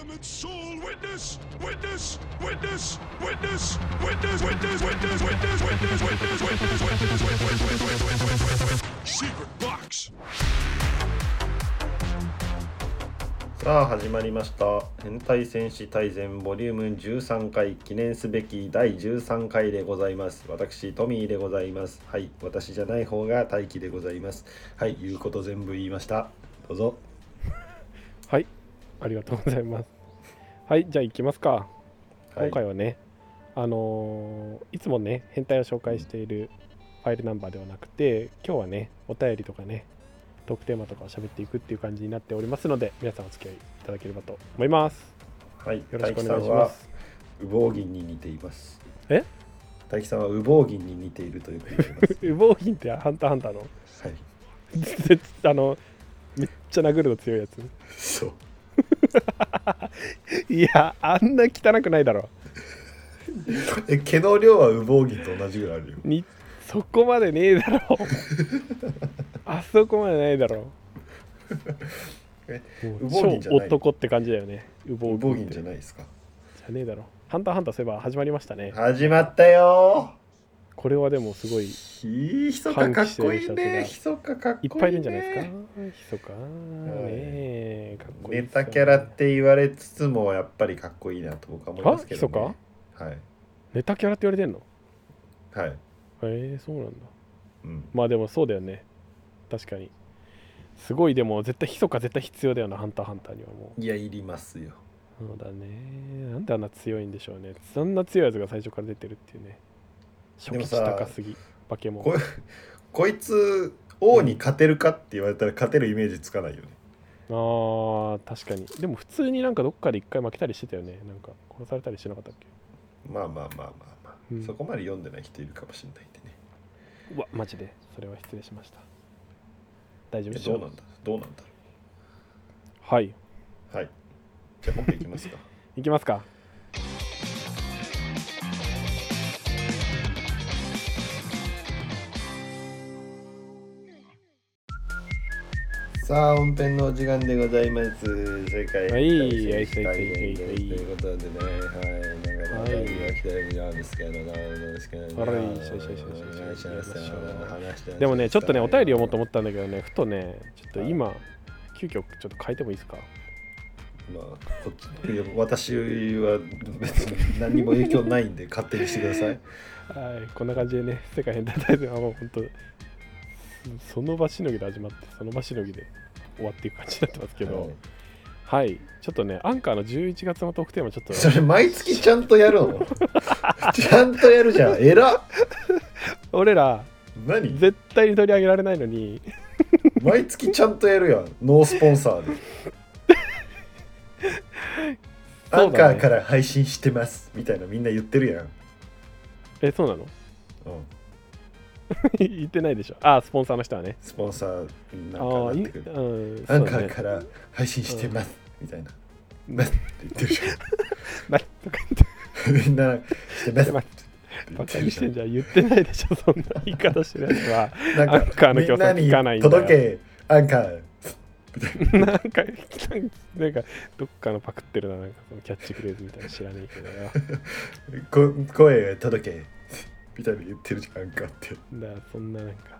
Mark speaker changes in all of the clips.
Speaker 1: am its sole witness. Witness, witness, witness, witness, witness, witness, witness, witness, witness, witness, witness, witness, witness, witness, witness, witness. Secret box.
Speaker 2: さあ始まりました「変態戦士大全ボリューム13回記念すべき第13回でございます私トミーでございますはい私じゃない方が大輝でございますはい言うこと全部言いましたどうぞ
Speaker 3: はい、ありがとうございます。はい、じゃあ行きますか。
Speaker 2: はい
Speaker 3: 今回はね、あのーいつもね、変態を紹介しているファイルナンバーではなくて、今日はね、お便りとかね、トークテーマとかを喋っていくっていう感じになっておりますので、皆さんお付き合いいただければと思います。
Speaker 2: はい
Speaker 3: よろし
Speaker 2: 大
Speaker 3: くお
Speaker 2: 輝さ
Speaker 3: 願い
Speaker 2: ん
Speaker 3: しま
Speaker 2: は
Speaker 3: す。
Speaker 2: 羽毛銀に似ています
Speaker 3: え
Speaker 2: 大輝さんは羽毛銀に似ているとよく言ってま
Speaker 3: 羽毛銀ってハンターハンターの、
Speaker 2: す はい
Speaker 3: あの、めっちゃ殴るの強いやつ。
Speaker 2: そう
Speaker 3: いや、あんな汚くないだろ。
Speaker 2: え毛の量は羽毛銀と同じぐらいあるよ
Speaker 3: にそこまでねえだ ろあそこまでないだろ
Speaker 2: え
Speaker 3: も
Speaker 2: 羽毛
Speaker 3: う超
Speaker 2: 銀じゃない
Speaker 3: 男って感じだよね羽毛
Speaker 2: 羽毛銀
Speaker 3: じ
Speaker 2: じ
Speaker 3: ゃ
Speaker 2: ゃないですか
Speaker 3: ねえだろハンターハンターそういえば始まりましたね
Speaker 2: 始まったよー
Speaker 3: これはでもすごいい
Speaker 2: ひひそかかっこいいね。
Speaker 3: 歓喜
Speaker 2: ひそかかっこいい、ね。
Speaker 3: っぱいいるんじゃないですかひそかねえかっこいい
Speaker 2: ネ
Speaker 3: っすよ
Speaker 2: タキャラって言われつつもやっぱりかっこいいなと僕は思いますけど、ね。はい
Speaker 3: ネタキャラって言われてんの
Speaker 2: はい。
Speaker 3: へえそうなんだ
Speaker 2: うん。
Speaker 3: まあでもそうだよね確かにすごいでも絶対ひそか絶対必要だよなハンターハンターにはもう
Speaker 2: いやいりますよ。
Speaker 3: そうだね。なんであんな強いんでしょうね。そんな強いやつが最初から出てるっていうね。初
Speaker 2: でも
Speaker 3: 期値
Speaker 2: さ
Speaker 3: 高すぎ。化け物。
Speaker 2: ここいつ王に勝てるかって言われたら勝てるイメージつかないよね。
Speaker 3: ああ、確かに。でも普通になんかどっかで一回負けたりしてたよね。なんか殺されたりしてなかったっけ
Speaker 2: まあまあまあまあまあ。
Speaker 3: うん
Speaker 2: そこまで読んでない人いるかもしれないんでね。
Speaker 3: うわ、マジで。それは失礼しました。大丈夫
Speaker 2: え
Speaker 3: でしょ
Speaker 2: どうな
Speaker 3: うん
Speaker 2: だどうなんだろ
Speaker 3: はい。
Speaker 2: う。はい。じゃあ本編いきますか。
Speaker 3: いきますか。
Speaker 2: さあ本編のお時間でございます。正解
Speaker 3: はい
Speaker 2: 大正解
Speaker 3: はい
Speaker 2: ということでね、はい、
Speaker 3: はい
Speaker 2: 長野が来てるんですけど、長野ですけど、
Speaker 3: はい
Speaker 2: お願い
Speaker 3: そうそうそうそう
Speaker 2: しますよ話して
Speaker 3: でもね、ちょっとね、お便りをもっと思
Speaker 2: も
Speaker 3: ったんだけどね、ふとね、ちょっと今、急遽ちょっと変えてもいいですか
Speaker 2: まあ、こっちいや私は別に何にも影響ないんで勝手にしてください。
Speaker 3: はい、こんな感じでね、世界変態大全はもう本当、その場しのぎで始まって、その場しのぎで終わっていく感じになってますけど、
Speaker 2: はい
Speaker 3: はい、ちょっとね、アンカーの11月のトークテーマ、ちょっと
Speaker 2: それ毎月ちゃんとやるのちゃんとやるじゃん。えら
Speaker 3: 俺ら、
Speaker 2: 何
Speaker 3: 絶対に取り上げられないのに、
Speaker 2: 毎月ちゃんとやるやんノースポンサーでア
Speaker 3: そ
Speaker 2: ン
Speaker 3: うだ
Speaker 2: カ
Speaker 3: ね
Speaker 2: ーから配信してますみたいなみんな言ってるやん、
Speaker 3: え、そうなの
Speaker 2: うん、
Speaker 3: 言ってないでしょ。あ、スポンサーの人はね。
Speaker 2: スポンサーになん
Speaker 3: ああ
Speaker 2: かなっ
Speaker 3: ー、い
Speaker 2: てくる
Speaker 3: うん、
Speaker 2: ア
Speaker 3: そ
Speaker 2: ン
Speaker 3: う
Speaker 2: カ
Speaker 3: だ
Speaker 2: ー
Speaker 3: ね。
Speaker 2: から配信してます、みたいなな って言ってるじ
Speaker 3: なとか
Speaker 2: ゃんみんなしてますって言
Speaker 3: バ
Speaker 2: っ
Speaker 3: カ
Speaker 2: てる
Speaker 3: に
Speaker 2: じ
Speaker 3: し
Speaker 2: ゃ
Speaker 3: て
Speaker 2: ん
Speaker 3: んじゃん言ってないでしょ、そんな言い方してるやつは。
Speaker 2: なんか
Speaker 3: アンカーの協賛聞かないんだよ
Speaker 2: みんなに届けアンカー
Speaker 3: なんか、なんか、どっかのパクってるな、なんか、キャッチフレーズみたいなの知らねえけどな。
Speaker 2: こ声届けみたいな言ってるじゃんアンカーって
Speaker 3: だからそんななんか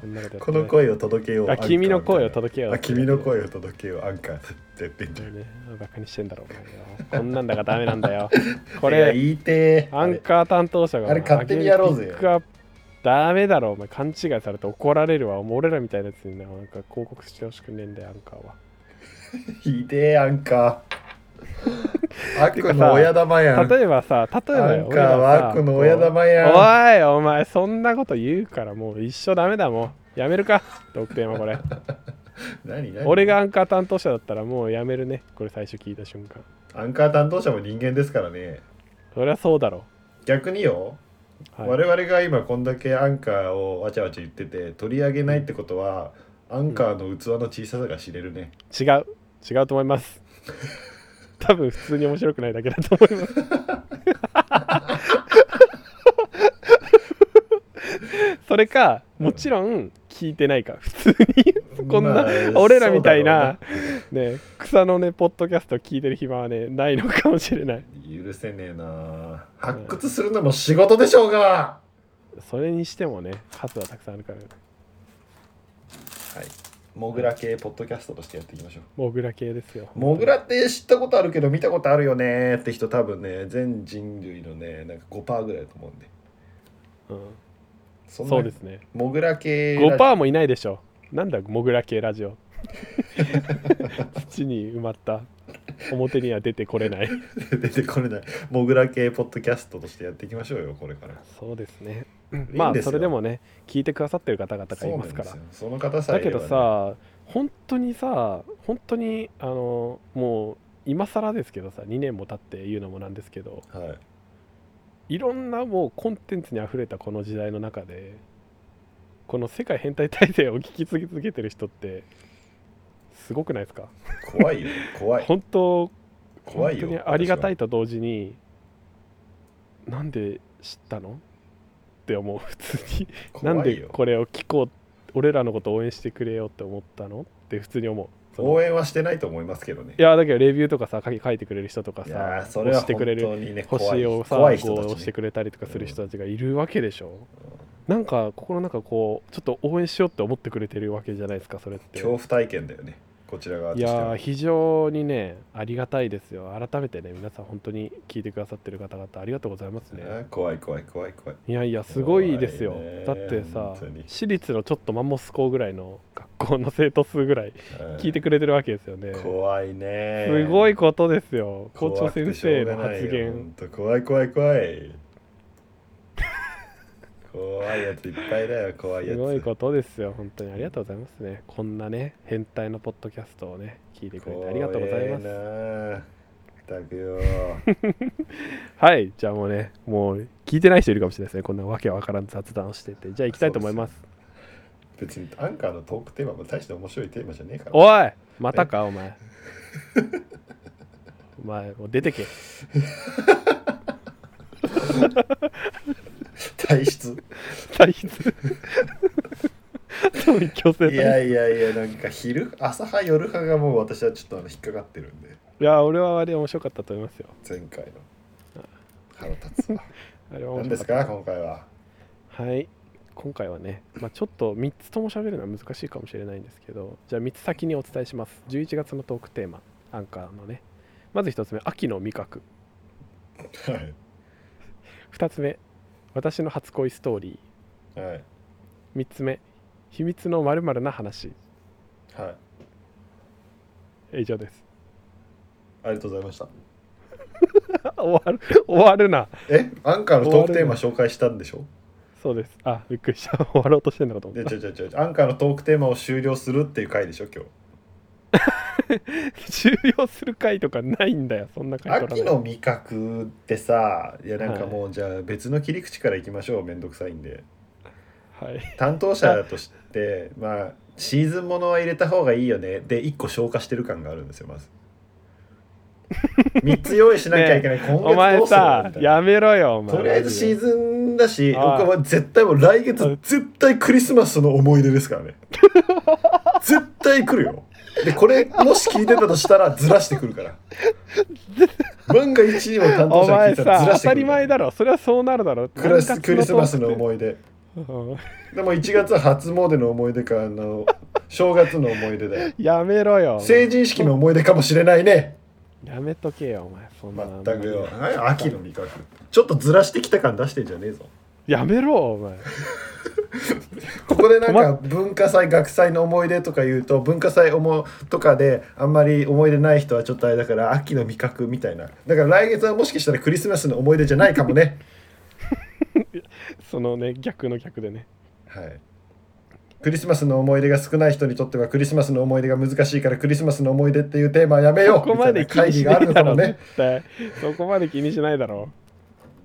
Speaker 3: そんなことやってない
Speaker 2: この声を届けよう
Speaker 3: あ
Speaker 2: アンカー
Speaker 3: 君の声を
Speaker 2: みたいな
Speaker 3: 届けよう
Speaker 2: あ君の声を届けようアンカーって言ってんじゃん
Speaker 3: ねバカにしてんだろお前よこんなんだからダメな んだよこ
Speaker 2: いや
Speaker 3: れ
Speaker 2: 言いてー
Speaker 3: アンカー担当者が
Speaker 2: あれ勝手にやろうぜ
Speaker 3: ピックアップダメだろお前勘違いされて怒られるわもう俺らみたいなやつになんか広告してほしくねえんだよアンカーは
Speaker 2: ひでえアンカー
Speaker 3: て
Speaker 2: 悪
Speaker 3: かさ
Speaker 2: の親玉やん
Speaker 3: 例えばさ例えば
Speaker 2: ア
Speaker 3: よ
Speaker 2: ンカーは悪の親玉
Speaker 3: 俺
Speaker 2: や
Speaker 3: ら
Speaker 2: ん
Speaker 3: さおいお前そんなこと言うからもう一生ダメだもうやめるかトークテーマ これ
Speaker 2: 何何
Speaker 3: 俺がアンカー担当者だったらもうやめるねこれ最初聞いた瞬間
Speaker 2: アンカー担当者も人間ですからね
Speaker 3: そりゃそうだろ
Speaker 2: 逆によ、
Speaker 3: はい
Speaker 2: 我々が今こんだけアンカーをわちゃわちゃ言ってて取り上げないってことはアンカーの器の小ささが知れるね、
Speaker 3: 違う違うと思います 多分普通に面白くないだけだと思います それかもちろん聞いてないか普通にこんな、
Speaker 2: まあ
Speaker 3: 俺らみたいな
Speaker 2: そ、
Speaker 3: ね、草のね、ポッドキャスト聞いてる暇はね、ないのかもしれない。
Speaker 2: 許せねえな発掘するのも仕事でしょうが、
Speaker 3: それにしてもね、数はたくさんあるから、ね、
Speaker 2: はいモグラ系ポッドキャストとしてやっていきましょう
Speaker 3: モグラ系ですよ。
Speaker 2: モグラって知ったことあるけど見たことあるよねって人多分ね全人類のねなんか5%ぐらいだと思うんで
Speaker 3: うん、
Speaker 2: そんな
Speaker 3: そうですね。
Speaker 2: モグラ系ラジオ
Speaker 3: 5%もいないでしょ。なんだ、モグラ系ラジオ。土に埋まった。表には出てこれない。
Speaker 2: 出てこれないモグラ系ポッドキャストとしてやっていきましょうよこれから
Speaker 3: そうですね。
Speaker 2: すよ
Speaker 3: まあ、それでもね、聞いてくださってる方々がいますから
Speaker 2: そうなんですよ。その方さえ
Speaker 3: だ
Speaker 2: いれ
Speaker 3: け
Speaker 2: ば
Speaker 3: ど
Speaker 2: ね
Speaker 3: さ、本当にさ、本当に、あの、もう、今更ですけどさ、2年も経って言うのもなんですけど、
Speaker 2: はい
Speaker 3: いろんなもうコンテンツにあふれたこの時代の中で、この世界変態体制を聞き続けてる人って、すごくないですか
Speaker 2: 怖いよ怖い
Speaker 3: 本当、
Speaker 2: 怖
Speaker 3: 本
Speaker 2: い
Speaker 3: 当
Speaker 2: よ
Speaker 3: にありがた
Speaker 2: い
Speaker 3: いと同時に、なんで知ったのって思う、 普通に。なんでこれを聞こう俺らのこと応援してくれよって思ったのって普通に思うその
Speaker 2: 応援はしてないと思いますけどね
Speaker 3: いやだけどレビューとかさ書き書いてくれる人とか
Speaker 2: いや
Speaker 3: さ
Speaker 2: ーそれは
Speaker 3: 押して
Speaker 2: 本
Speaker 3: くれる
Speaker 2: 当にね怖い
Speaker 3: 星をさ
Speaker 2: 怖い
Speaker 3: こう
Speaker 2: 人た
Speaker 3: 押し
Speaker 2: ち、
Speaker 3: て
Speaker 2: ね、
Speaker 3: くれたりとかする人たちがいるわけでしょ、なんか心の中こうちょっと応援しようって思ってくれてるわけじゃないですかそれって
Speaker 2: 恐怖体験だよねこちら側と
Speaker 3: い
Speaker 2: して
Speaker 3: やー
Speaker 2: は
Speaker 3: 非常にねありがたいですよ改めてね皆さん本当に聞いてくださってる方々ありがとうございますね
Speaker 2: ね怖い怖い怖い怖い
Speaker 3: いやいやすごいですよ
Speaker 2: 怖いね
Speaker 3: だってさ
Speaker 2: 本当に
Speaker 3: 私立のちょっとマンモス校ぐらいの学校の生徒数ぐらい聞いてくれてるわけですよね
Speaker 2: うん怖いね
Speaker 3: すごいことですよ校長
Speaker 2: 怖くて
Speaker 3: 先
Speaker 2: しょ
Speaker 3: 生
Speaker 2: うが
Speaker 3: の
Speaker 2: ないよ
Speaker 3: 発言
Speaker 2: ほんと怖い怖い怖い怖いやついっぱいだよ怖いや
Speaker 3: す
Speaker 2: つ
Speaker 3: ごいことですよ本当にありがとうございますねこんなね変態のポッドキャストをね聞いてくれてありがとうございます
Speaker 2: すったくよ
Speaker 3: はいじゃあもうねもう聞いてない人いるかもしれないですねこんなわけわからん雑談をしててじゃあ行きたいと思います
Speaker 2: 別にアンカーのトークテーマも大して面白いテーマじゃねえから
Speaker 3: おいまたかお前 お前もう出てけ
Speaker 2: 体質
Speaker 3: 体 質トミ強制
Speaker 2: い
Speaker 3: 体質
Speaker 2: やいやいやなんか昼朝派夜派がもう私はちょっとあの引っかかってるんで
Speaker 3: いや俺はあれ面白かったと思いますよ
Speaker 2: 前回の腹立つわ
Speaker 3: あれは面
Speaker 2: 何で
Speaker 3: 白
Speaker 2: す
Speaker 3: かった
Speaker 2: か今回は
Speaker 3: はい今回はね、まあ、ちょっと3つとも喋るのは難しいかもしれないんですけどじゃあ3つ先にお伝えします11月のトークテーマアンカーのねまず1つ目秋の味覚
Speaker 2: はい
Speaker 3: 2つ目私の初恋ストーリ
Speaker 2: はい
Speaker 3: ー3つ目秘密のまるな話
Speaker 2: はい
Speaker 3: 以上です
Speaker 2: ありがとうございました
Speaker 3: 終わる終わるな
Speaker 2: えアンカーのトークテーマ紹介したんでしょ
Speaker 3: そうですあびっくりした終わろうとしてんのかと思
Speaker 2: で
Speaker 3: った
Speaker 2: ちょちょちょアンカーのトークテーマを終了するっていう回でしょ今日
Speaker 3: 終了する回とかないんだよそんな回取らない
Speaker 2: 秋の味覚ってさいやなんかもうじゃあ別の切り口からいきましょうめんどくさいんで
Speaker 3: はい
Speaker 2: 担当者としてまあシーズンものは入れた方がいいよねで1個消化してる感があるんですよまず3つ用意しなきゃいけない、今
Speaker 3: お
Speaker 2: 月どうす
Speaker 3: 前
Speaker 2: るの
Speaker 3: さ
Speaker 2: みたいな
Speaker 3: やめろよお前
Speaker 2: とりあえずシーズンだし
Speaker 3: ああ
Speaker 2: 僕は絶対もう来月絶対クリスマスの思い出です からね絶対来るよでこれもし聞いてたとしたらずらしてくるから万が一にも担当
Speaker 3: お
Speaker 2: 者が聞
Speaker 3: 前
Speaker 2: いたら
Speaker 3: さ
Speaker 2: ずら
Speaker 3: 当
Speaker 2: してく
Speaker 3: た
Speaker 2: る
Speaker 3: り
Speaker 2: から
Speaker 3: 前だろそれはそうなるだろ
Speaker 2: クラスクリスマスの
Speaker 3: い
Speaker 2: 思い出
Speaker 3: うん
Speaker 2: でも1月は初詣の思い出かあの 正月の思い出だよ
Speaker 3: やめろよ
Speaker 2: 成人式の思い出かもしれないね
Speaker 3: やめとけよお前そんな
Speaker 2: 全くよ秋の味覚ちょっとずらしてきた感出してんじゃねえぞ
Speaker 3: やめろお前
Speaker 2: ここでなん
Speaker 3: 止
Speaker 2: か文化祭学祭の思い出とか言うと文化祭思うとかであんまり思い出ない人はちょっとあれだから秋の味覚みたいなだから来月はもしかしたらクリスマスの思い出じゃないかもね
Speaker 3: そのね逆の逆でね
Speaker 2: はいクリスマスの思い出が少ない人にとってはクリスマスの思い出が難しいからクリスマスの思い出っていうテーマはやめよ
Speaker 3: そうこまで
Speaker 2: み
Speaker 3: 気
Speaker 2: たいな会
Speaker 3: に
Speaker 2: 議
Speaker 3: し
Speaker 2: が
Speaker 3: な
Speaker 2: ある
Speaker 3: い
Speaker 2: の
Speaker 3: だ
Speaker 2: か
Speaker 3: ろ
Speaker 2: も
Speaker 3: 絶
Speaker 2: ね
Speaker 3: 対そこまで気にしないだろ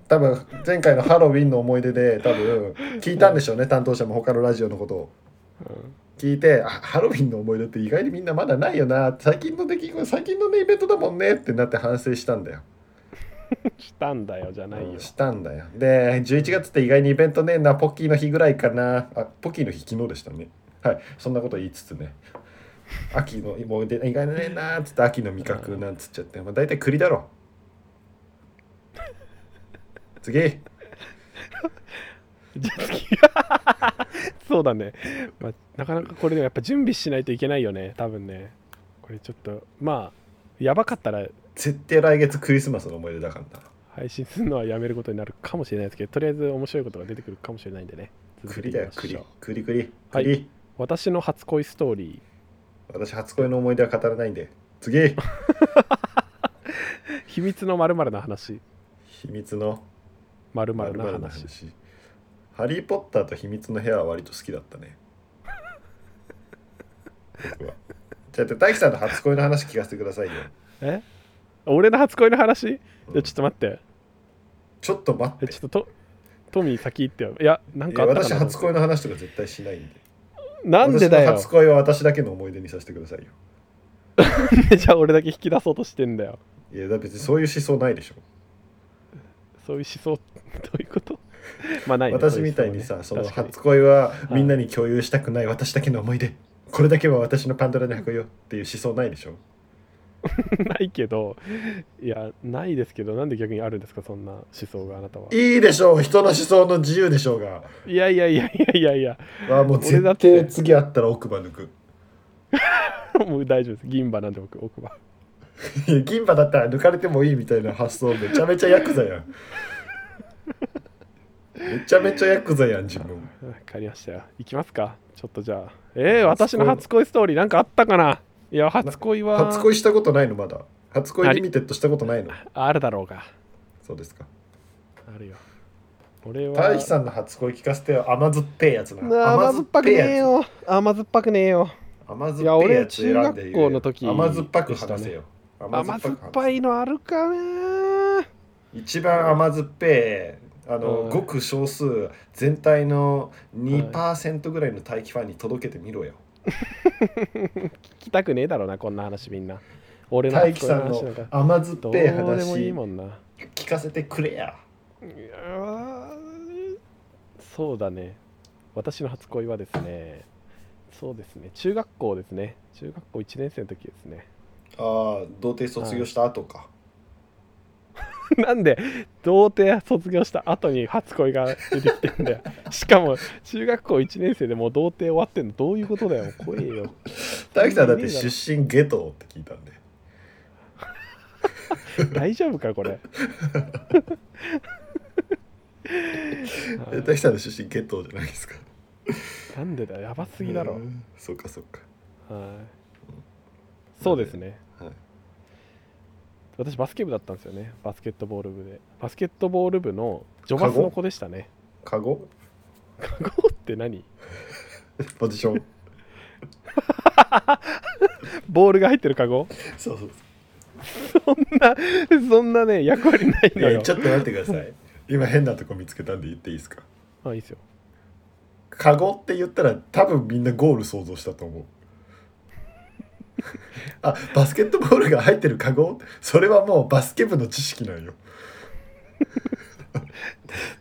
Speaker 2: 多分前回のハロウィンの思い出で多分聞いたんでしょうね担当者も他のラジオのことを。聞いてあハロウィンの思い出って意外にみんなまだないよな最近の出来事最近のねイベントだもんねってなって反省したんだよ、
Speaker 3: したんだよじゃないよ
Speaker 2: したんだよで11月って意外にイベントねえなポッキーの日ぐらいかなあポッキーの日昨日でしたねはい、そんなこと言いつつね秋のもうで意外なねんなーっつって秋の味覚なんつっちゃって、まあ、大体栗だろ次
Speaker 3: じゃあ次 そうだね、まあ、なかなかこれでもやっぱ準備しないといけないよね多分ねこれちょっとまあやばかったら
Speaker 2: 絶対来月クリスマスの思い出だからな
Speaker 3: 配信するのはやめることになるかもしれないですけどとりあえず面白いことが出てくるかもしれないんでね続
Speaker 2: 栗
Speaker 3: けていき
Speaker 2: だよ
Speaker 3: ましょう
Speaker 2: 栗栗栗
Speaker 3: はい
Speaker 2: 栗、
Speaker 3: 私の初恋ストーリ
Speaker 2: 私初恋の思い出は語らないんで次
Speaker 3: ー秘密のまるの話
Speaker 2: 秘密の
Speaker 3: まるな
Speaker 2: 〇〇の
Speaker 3: 話
Speaker 2: 話ハリー・ポッターと秘密の部屋は割と好きだったね 僕はじゃあ大樹さんの初恋の話聞かせてくださいよ
Speaker 3: え俺の初恋の話、いやちょっと待って
Speaker 2: ちょっと待っ
Speaker 3: え
Speaker 2: て
Speaker 3: ちょっととトミー先行ってよいやなんかあ
Speaker 2: い
Speaker 3: っ
Speaker 2: や
Speaker 3: た
Speaker 2: 私
Speaker 3: かな
Speaker 2: 初恋の話とか絶対しないんで
Speaker 3: なんでだ
Speaker 2: 私の
Speaker 3: よ
Speaker 2: 初恋は私だけの思い出にさせてくださいよ
Speaker 3: じゃあ俺だけ引き出そうとしてんだよ
Speaker 2: いやだ別にそういう思想ないでしょ、
Speaker 3: そういう思想 どういうことまあない、ね、
Speaker 2: 私みたいにさそ
Speaker 3: そういう
Speaker 2: の
Speaker 3: 思想ね
Speaker 2: 初恋は
Speaker 3: に
Speaker 2: みんなに共有したくない私だけの思い出これだけは私のパンドラの箱よっていう思想ないでしょ
Speaker 3: 確かにないけどいやないですけどなんで逆にあるんですかそんな思想があなたはい
Speaker 2: いでしょう人の思想の自由でしょうが
Speaker 3: いやいやいやいやいやいや
Speaker 2: あもう
Speaker 3: 俺だ
Speaker 2: 絶
Speaker 3: って
Speaker 2: 対次会ったら奥歯抜く
Speaker 3: もう大丈夫です銀歯なんで僕奥歯
Speaker 2: いや銀歯だったら抜かれてもいいみたいな発想めちゃめちゃヤクザやんめちゃめちゃヤクザやん自分
Speaker 3: わかりましたよ行きますかちょっとじゃあえー、私の初恋ストーリーなんかあったかないや初恋は
Speaker 2: 初恋したことないのまだ初恋リミテッドしたことないの
Speaker 3: あるだろうが
Speaker 2: そうですか
Speaker 3: あるよ俺は
Speaker 2: 大樹さんの初恋聞かせてよ甘酸っぱいやつな
Speaker 3: なあ甘酸っぱくねえよ甘酸っぱくねえよ
Speaker 2: 甘酸っぱいやつ
Speaker 3: いや俺
Speaker 2: 選んで
Speaker 3: 中学
Speaker 2: 言
Speaker 3: 校
Speaker 2: う
Speaker 3: の
Speaker 2: よ
Speaker 3: 時
Speaker 2: 甘酸っぱく話せよ
Speaker 3: 甘酸
Speaker 2: 話
Speaker 3: っ
Speaker 2: せ
Speaker 3: ぱいのあるかな
Speaker 2: 一番甘酸っぱいあの、
Speaker 3: はい
Speaker 2: ごく少数全体の2%ぐらいの大気ファンに届けてみろよ、
Speaker 3: 聞きたくねえだろうなこんな話みんな俺の
Speaker 2: 大
Speaker 3: 初
Speaker 2: 気
Speaker 3: 恋
Speaker 2: さん
Speaker 3: の話な
Speaker 2: の
Speaker 3: んか
Speaker 2: 甘酸っ
Speaker 3: どう
Speaker 2: ぱい
Speaker 3: でも
Speaker 2: 話
Speaker 3: いいもんな
Speaker 2: 聞かせてくれや
Speaker 3: いやーそうだね私の初恋はですねそうですね中学校ですね中学校1年生の時ですね
Speaker 2: ああ童貞卒業した後か、
Speaker 3: なんで童貞卒業した後に初恋が出てきてん だよしかも中学校1年生でもう童貞終わってんのどういうことだよ怖えよ
Speaker 2: 大樹さんだって出身ゲトって聞いたんで
Speaker 3: 大丈夫か これ
Speaker 2: え大樹さんの出身ゲトじゃないですか
Speaker 3: なんでだよやばすぎだろ、
Speaker 2: うんそうかそうか
Speaker 3: はい、そうですね、
Speaker 2: はい
Speaker 3: 私バスケ部だったんですよねバスケットボール部でバスケットボール部のジョバスの子でしたね
Speaker 2: カゴ
Speaker 3: カゴって何
Speaker 2: ポジション
Speaker 3: ボールが入ってるカゴ
Speaker 2: そうそう
Speaker 3: そんなね役割ない
Speaker 2: い
Speaker 3: の
Speaker 2: や
Speaker 3: よ
Speaker 2: ちょっと待ってください今変なとこ見つけたんで言っていいですか
Speaker 3: あいいですよ
Speaker 2: カゴって言ったら多分みんなゴール想像したと思う あバスケットボールが入ってるカゴそれはもうバスケ部の知識なんよ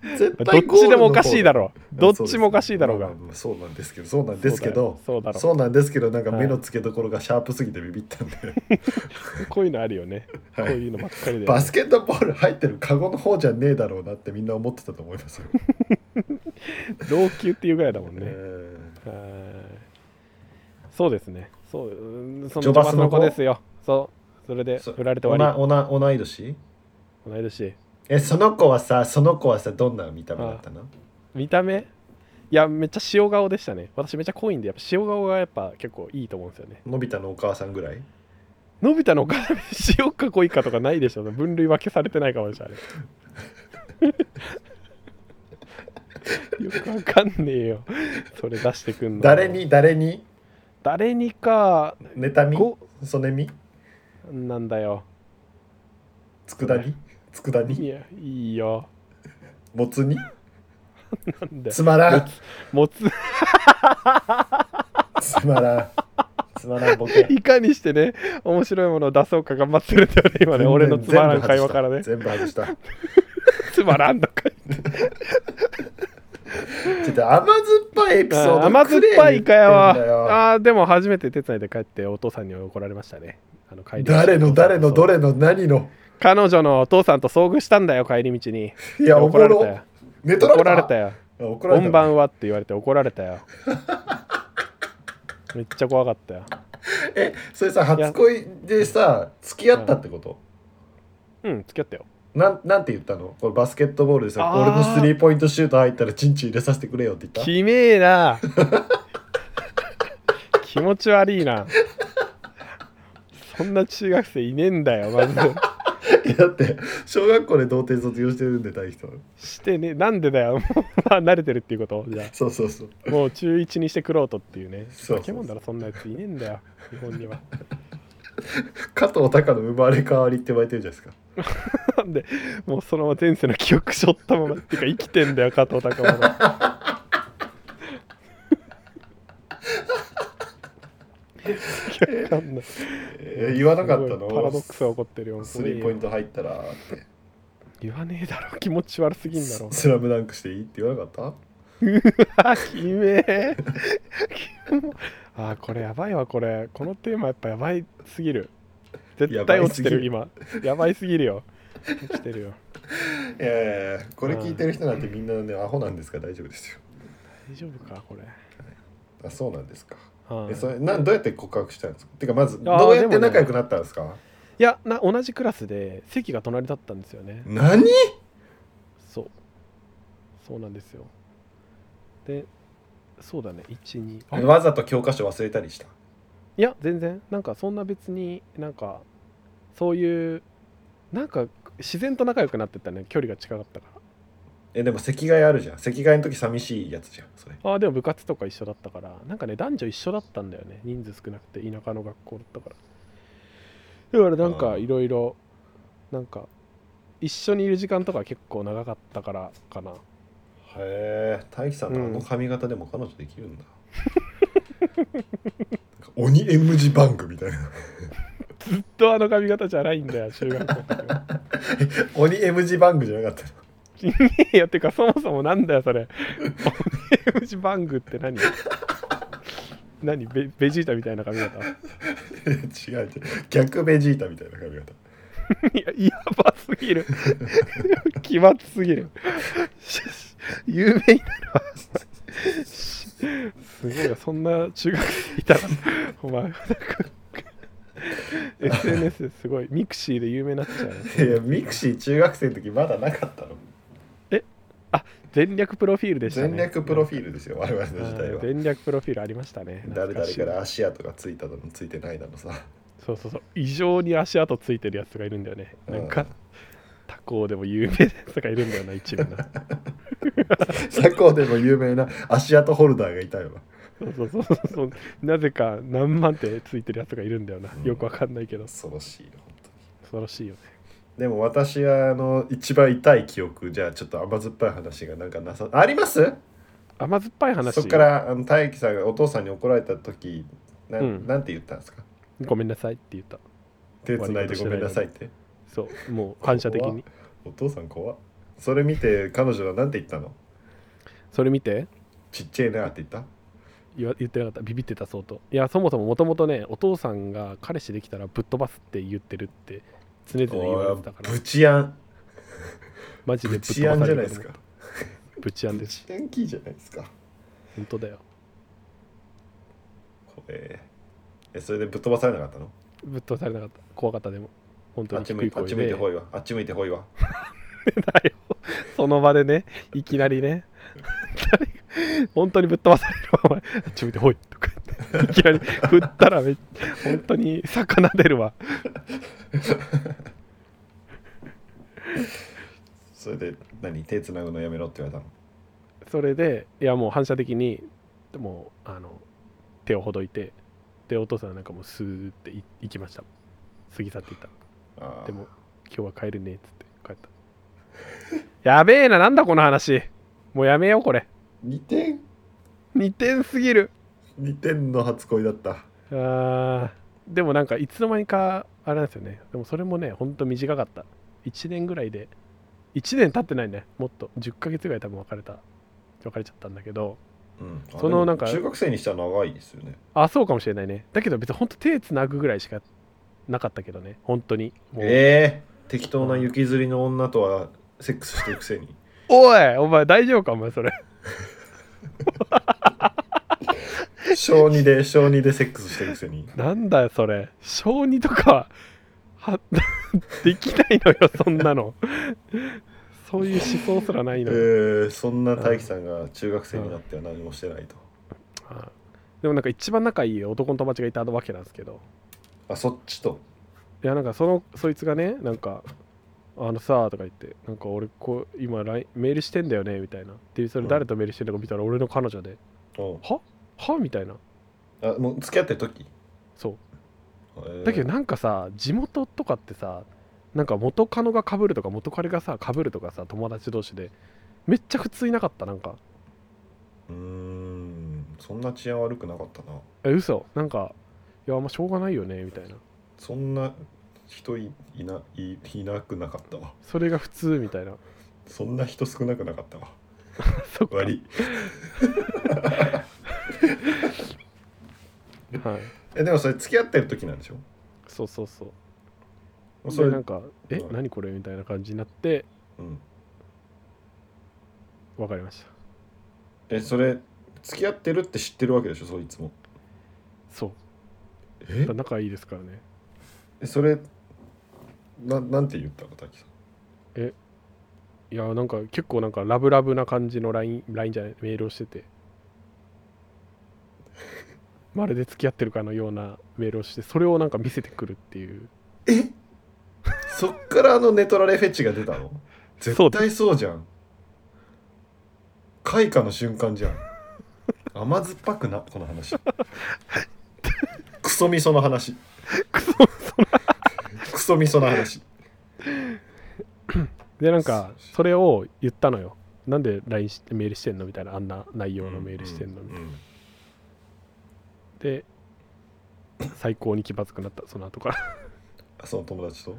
Speaker 2: 絶
Speaker 3: どっちでもおかしいだ
Speaker 2: ろ
Speaker 3: ろどっちもおかしいだろうが
Speaker 2: そうなんですけどそうなんですけど
Speaker 3: そうだよそうだ
Speaker 2: な
Speaker 3: ろう
Speaker 2: んですけどなんか目の付けどころがシャープすぎてビビったんで、
Speaker 3: こういうのあるよね、
Speaker 2: はい
Speaker 3: こういうのばっかりで
Speaker 2: バスケットボール入ってるカゴの方じゃねえだろうなってみんな思ってたと思いますよ、
Speaker 3: 老朽っていうぐらいだもんね、
Speaker 2: え
Speaker 3: はいそうですねそううんその
Speaker 2: ジ
Speaker 3: ジ
Speaker 2: ョ
Speaker 3: ョ
Speaker 2: バ
Speaker 3: バ
Speaker 2: ス
Speaker 3: ス
Speaker 2: の
Speaker 3: の
Speaker 2: 子
Speaker 3: 子ですよそうそれで
Speaker 2: ーそ
Speaker 3: 振られて終わ
Speaker 2: おなおな同い年
Speaker 3: り同い年
Speaker 2: えその子はさその子はさどんな見た目だったの
Speaker 3: 見た目いやめっちゃ塩顔でしたね私めっちゃ濃いんでやっぱ塩顔がやっぱ結構いいと思うんですよね
Speaker 2: のび太のお母さんぐらい
Speaker 3: のび太のお母さん塩か濃いかとかないでしょ分類分けされてないかもしれないあれよくわかんねえよそれ出してくんの
Speaker 2: 誰に誰に
Speaker 3: 誰にか
Speaker 2: 妬み
Speaker 3: ご
Speaker 2: そねみ
Speaker 3: なんだよ
Speaker 2: 佃煮佃
Speaker 3: い
Speaker 2: 煮
Speaker 3: やいいよ
Speaker 2: もつ煮
Speaker 3: なんだよ
Speaker 2: つまらん
Speaker 3: もつ
Speaker 2: つまらんつまらんボケ
Speaker 3: いかにしてね、面白いものを出そうか頑張ってるんだよね、今ね、俺のつまらん会話からね。
Speaker 2: 全部外した全部外した
Speaker 3: つまらんのかい。
Speaker 2: ちょっと甘酸っぱいエピソード
Speaker 3: 甘酸っぱいイカヤ
Speaker 2: くれ言ってんだよ
Speaker 3: はあーでも初めて手伝いで帰ってお父さんに怒られましたねあの帰り道
Speaker 2: 誰の誰のどれの何の
Speaker 3: 彼女のお父さんと遭遇したんだよ帰り道に
Speaker 2: いやお
Speaker 3: 怒
Speaker 2: も
Speaker 3: られた
Speaker 2: ろ
Speaker 3: よ
Speaker 2: 寝取
Speaker 3: 怒ら
Speaker 2: られた
Speaker 3: れたよ
Speaker 2: あ怒られた
Speaker 3: こんばんはって言われて怒られ たよめっちゃ怖かったよ
Speaker 2: えそれさ初恋でさ付き合ったってこと
Speaker 3: うん付き合ったよ
Speaker 2: なんなんて言ったのこれバスケットボールでさ
Speaker 3: あー
Speaker 2: 俺のスリーポイントシュート入ったらチンチン入れさせてくれよって言った
Speaker 3: きめえ な気持ち悪いなそんな中学生いねえんだよまず
Speaker 2: い やだって小学校で童貞卒業してるんで大人
Speaker 3: してねなんでだよ もうまあ慣れてるっていうことじゃ
Speaker 2: そうそうそう
Speaker 3: あもう中1にしてくろうとっていうね
Speaker 2: そうそうそう
Speaker 3: 化け物だろそんなやついねえんだよ日本には
Speaker 2: 加藤鷹の生まれ変わりって言われてるじゃないですか
Speaker 3: なんでもうそのまま前世の記憶しょったままっていうか生きてんだよ加藤隆も わかんない
Speaker 2: えー言わなかった
Speaker 3: すごいパラド
Speaker 2: の
Speaker 3: ックスが起こってるよ
Speaker 2: スリーポイント入ったらって
Speaker 3: 言わねえだろ気持ち悪すぎんだろ
Speaker 2: スラムダンクしていいって言わなかっ
Speaker 3: あきめえあこれやばいわこれこのテーマやっぱやばいすぎる絶対落ちてる
Speaker 2: や
Speaker 3: 今やばいすぎるよ落ちてるよ
Speaker 2: たいやいやいやこれ聞いてる人なんてみんなねアホなんですから大丈夫ですよ
Speaker 3: 大丈夫かこれ、
Speaker 2: あそうなんですか
Speaker 3: はい
Speaker 2: えそれなんどうやって告白したんですかてかまず
Speaker 3: あー
Speaker 2: どうやっ
Speaker 3: で
Speaker 2: て
Speaker 3: もね
Speaker 2: 仲良くなったんですか
Speaker 3: いやな同じクラスで席が隣だったんですよね
Speaker 2: 何
Speaker 3: そうそうなんですよでそうだね12あ
Speaker 2: わざと教科書忘れたりした
Speaker 3: いや全然なんかそんな別になんかそういうなんか自然と仲良くなってったね距離が近かったか
Speaker 2: えでも席替えあるじゃん席替えの時寂しいやつじゃんそれ
Speaker 3: らあーでも部活とか一緒だったからなんかね男女一緒だったんだよね人数少なくて田舎の学校だったからだからなん
Speaker 2: あ
Speaker 3: か
Speaker 2: ー
Speaker 3: いろいろなんか一緒にいる時間とか結構長かったからかな
Speaker 2: へえ大輝さんのあ
Speaker 3: うん
Speaker 2: の髪型でも彼女できるんだ、 鬼 M 字バンクみたいな
Speaker 3: ずっとあの髪型じゃないんだよ中学校の時は
Speaker 2: 鬼 M 字バンクじゃなかったの
Speaker 3: いやてかそもそもなんだよそれ鬼 M 字バングって何何ベベジータみたいな髪型
Speaker 2: 違う違う逆ベジータみたいな髪型
Speaker 3: いややばすぎる 奇抜すぎるしし有名になるわし すごいよそんな中学生いたらお前なんか SNS ですごいミクシーで有名になっちゃうよ
Speaker 2: いやミクシー中学生の時まだなかったの
Speaker 3: 全略プロフィールでしたね
Speaker 2: 全略プロフィールですよ我々の時代
Speaker 3: あー
Speaker 2: は
Speaker 3: 全略プロフィールありましたね
Speaker 2: 誰
Speaker 3: 懐
Speaker 2: 々
Speaker 3: しい
Speaker 2: から足跡がついたのもついてないだのさ
Speaker 3: そうそうそう異常に足跡ついてるやつがいるんだよねなん
Speaker 2: う
Speaker 3: か
Speaker 2: ん
Speaker 3: 他校でも有名なやつがいるんだよな一部な
Speaker 2: 佐高でも有名な足跡ホルダーがいたよ
Speaker 3: そうそうそうそうそうなぜか何万手ついてるやつがいるんだよな、
Speaker 2: うん
Speaker 3: よくわかんないけど
Speaker 2: 恐ろしいよ本当に
Speaker 3: 恐ろしいよね
Speaker 2: でも私はあの一番痛い記憶じゃあちょっと甘酸っぱい話がなんかなさあります
Speaker 3: 甘酸っぱい話
Speaker 2: そこからあの大樹さんがお父さんに怒られた時な,、
Speaker 3: うん
Speaker 2: ん、なんて言ったんですか
Speaker 3: ごめんなさいって言った
Speaker 2: 手つないでごめんなさいって
Speaker 3: そうもう感謝的
Speaker 2: 怖っ
Speaker 3: に
Speaker 2: お父さん怖っそれ見て彼女はなんて言ったの
Speaker 3: それ見て
Speaker 2: ちっちゃいなって言った
Speaker 3: 言わ言ってなかったビビってた相当いやそもそももともとねお父さんが彼氏できたらぶっ飛ばすって言ってるって常々言われてたから
Speaker 2: ぶちあん
Speaker 3: マジでぶ
Speaker 2: ぶ
Speaker 3: っ飛
Speaker 2: ちあ
Speaker 3: ば
Speaker 2: ん
Speaker 3: さ
Speaker 2: じ
Speaker 3: れ
Speaker 2: ゃない
Speaker 3: る
Speaker 2: ですか
Speaker 3: ぶちあん
Speaker 2: ぶ
Speaker 3: です
Speaker 2: ちあんキーじゃないですか
Speaker 3: 本当だよ
Speaker 2: 怖ええそれでぶっ飛ばされなかったの
Speaker 3: ぶっ飛ばされなかった怖かったでも本当
Speaker 2: あっ
Speaker 3: に
Speaker 2: ち
Speaker 3: 低
Speaker 2: 向い
Speaker 3: い
Speaker 2: あっ
Speaker 3: 声
Speaker 2: ち向い
Speaker 3: で
Speaker 2: てほいわあっち向いてほいわ
Speaker 3: だよその場でねいきなりね 誰本当にぶっ飛ばされるわお前あっち向いてほいとか言っていきなり振ったらめっ本当に魚出るわ
Speaker 2: それで何手つなぐのやめろって言われたの
Speaker 3: それでいやもう反射的にもうあの手をほどいてでお父さんなんかもうスーってい行きました過ぎ去っていった
Speaker 2: あー
Speaker 3: でも今日は帰るねっつって帰ったやべえななんだこの話もうやめようこれ
Speaker 2: 2点
Speaker 3: 2点すぎる
Speaker 2: 2点の初恋だった
Speaker 3: あーでもなんかいつの間にかあれなんですよねでもそれもねほんと短かった1年ぐらいで1年経ってないねもっと10ヶ月ぐらい多分別れた別れちゃったんだけど
Speaker 2: うん、あ
Speaker 3: その
Speaker 2: でも
Speaker 3: なんか
Speaker 2: 中学生にしては長いですよね
Speaker 3: あそうかもしれないねだけど別にほんと手つなぐぐらいしかなかったけどね本当にもう
Speaker 2: ええ適当な雪吊りの女とはセックスしてるくせに
Speaker 3: おいお前大丈夫かお前それ
Speaker 2: 小2で小2でセックスしてるくせに
Speaker 3: なんだよそれ小児とかは できないのよそんなのそういう思想すらない
Speaker 2: え
Speaker 3: のよ、
Speaker 2: ーそんな大樹さんが中学生になっては何もしてないと
Speaker 3: はいでもなんか一番仲いい男の友達がいたわけなんですけど
Speaker 2: あそっちと
Speaker 3: いやなんかそのそいつがねなんか「あのさ」とか言って「なんか俺こう今ラインメールしてんだよね」みたいなでそれ誰とメールしてんのか見たら俺の彼女で
Speaker 2: うん
Speaker 3: 「ははみたいな
Speaker 2: あもう付き合ってる時
Speaker 3: そう
Speaker 2: えー
Speaker 3: だけどなんかさ地元とかってさなんか元カノがかぶるとか元彼がさかぶるとかさ友達同士でめっちゃ普通いなかったなんか
Speaker 2: うーんそんな治安悪くなかったな
Speaker 3: え嘘なんかいやあんましょうがないよねみたいな
Speaker 2: そんな人いいないいなくなかったわ
Speaker 3: それが普通みたいな
Speaker 2: そんな人少なくなかったわ
Speaker 3: そっか
Speaker 2: 割
Speaker 3: はい
Speaker 2: えでもそれ付き合ってる時なんでしょ
Speaker 3: そうそうそう
Speaker 2: もうそ
Speaker 3: で
Speaker 2: れ
Speaker 3: なんか「え
Speaker 2: うん
Speaker 3: 何これ?」みたいな感じになって
Speaker 2: うん、
Speaker 3: 分かりました
Speaker 2: えそれ付き合ってるって知ってるわけでしょそいつも
Speaker 3: そうだ
Speaker 2: え
Speaker 3: から仲いいですからね
Speaker 2: えそれななんて言ったの滝さん
Speaker 3: いやなんか結構なんかラブラブな感じの LINE, LINE じゃないメールをし ててまるで付き合ってるかのようなメールをしてそれをなんか見せてくるっていう
Speaker 2: そっからあのネトラレフェチが出たの
Speaker 3: そ
Speaker 2: 絶
Speaker 3: うで
Speaker 2: 対そうじゃん開花の瞬間じゃん甘酸っぱくなこの話クソみその話 クソみその話
Speaker 3: でなんかそれを言ったのよなんで LINE してメールしてんのみたいなあんな内容のメールしてんのみたいな、
Speaker 2: うん
Speaker 3: で最高に気まずくなったその後から
Speaker 2: あその友達と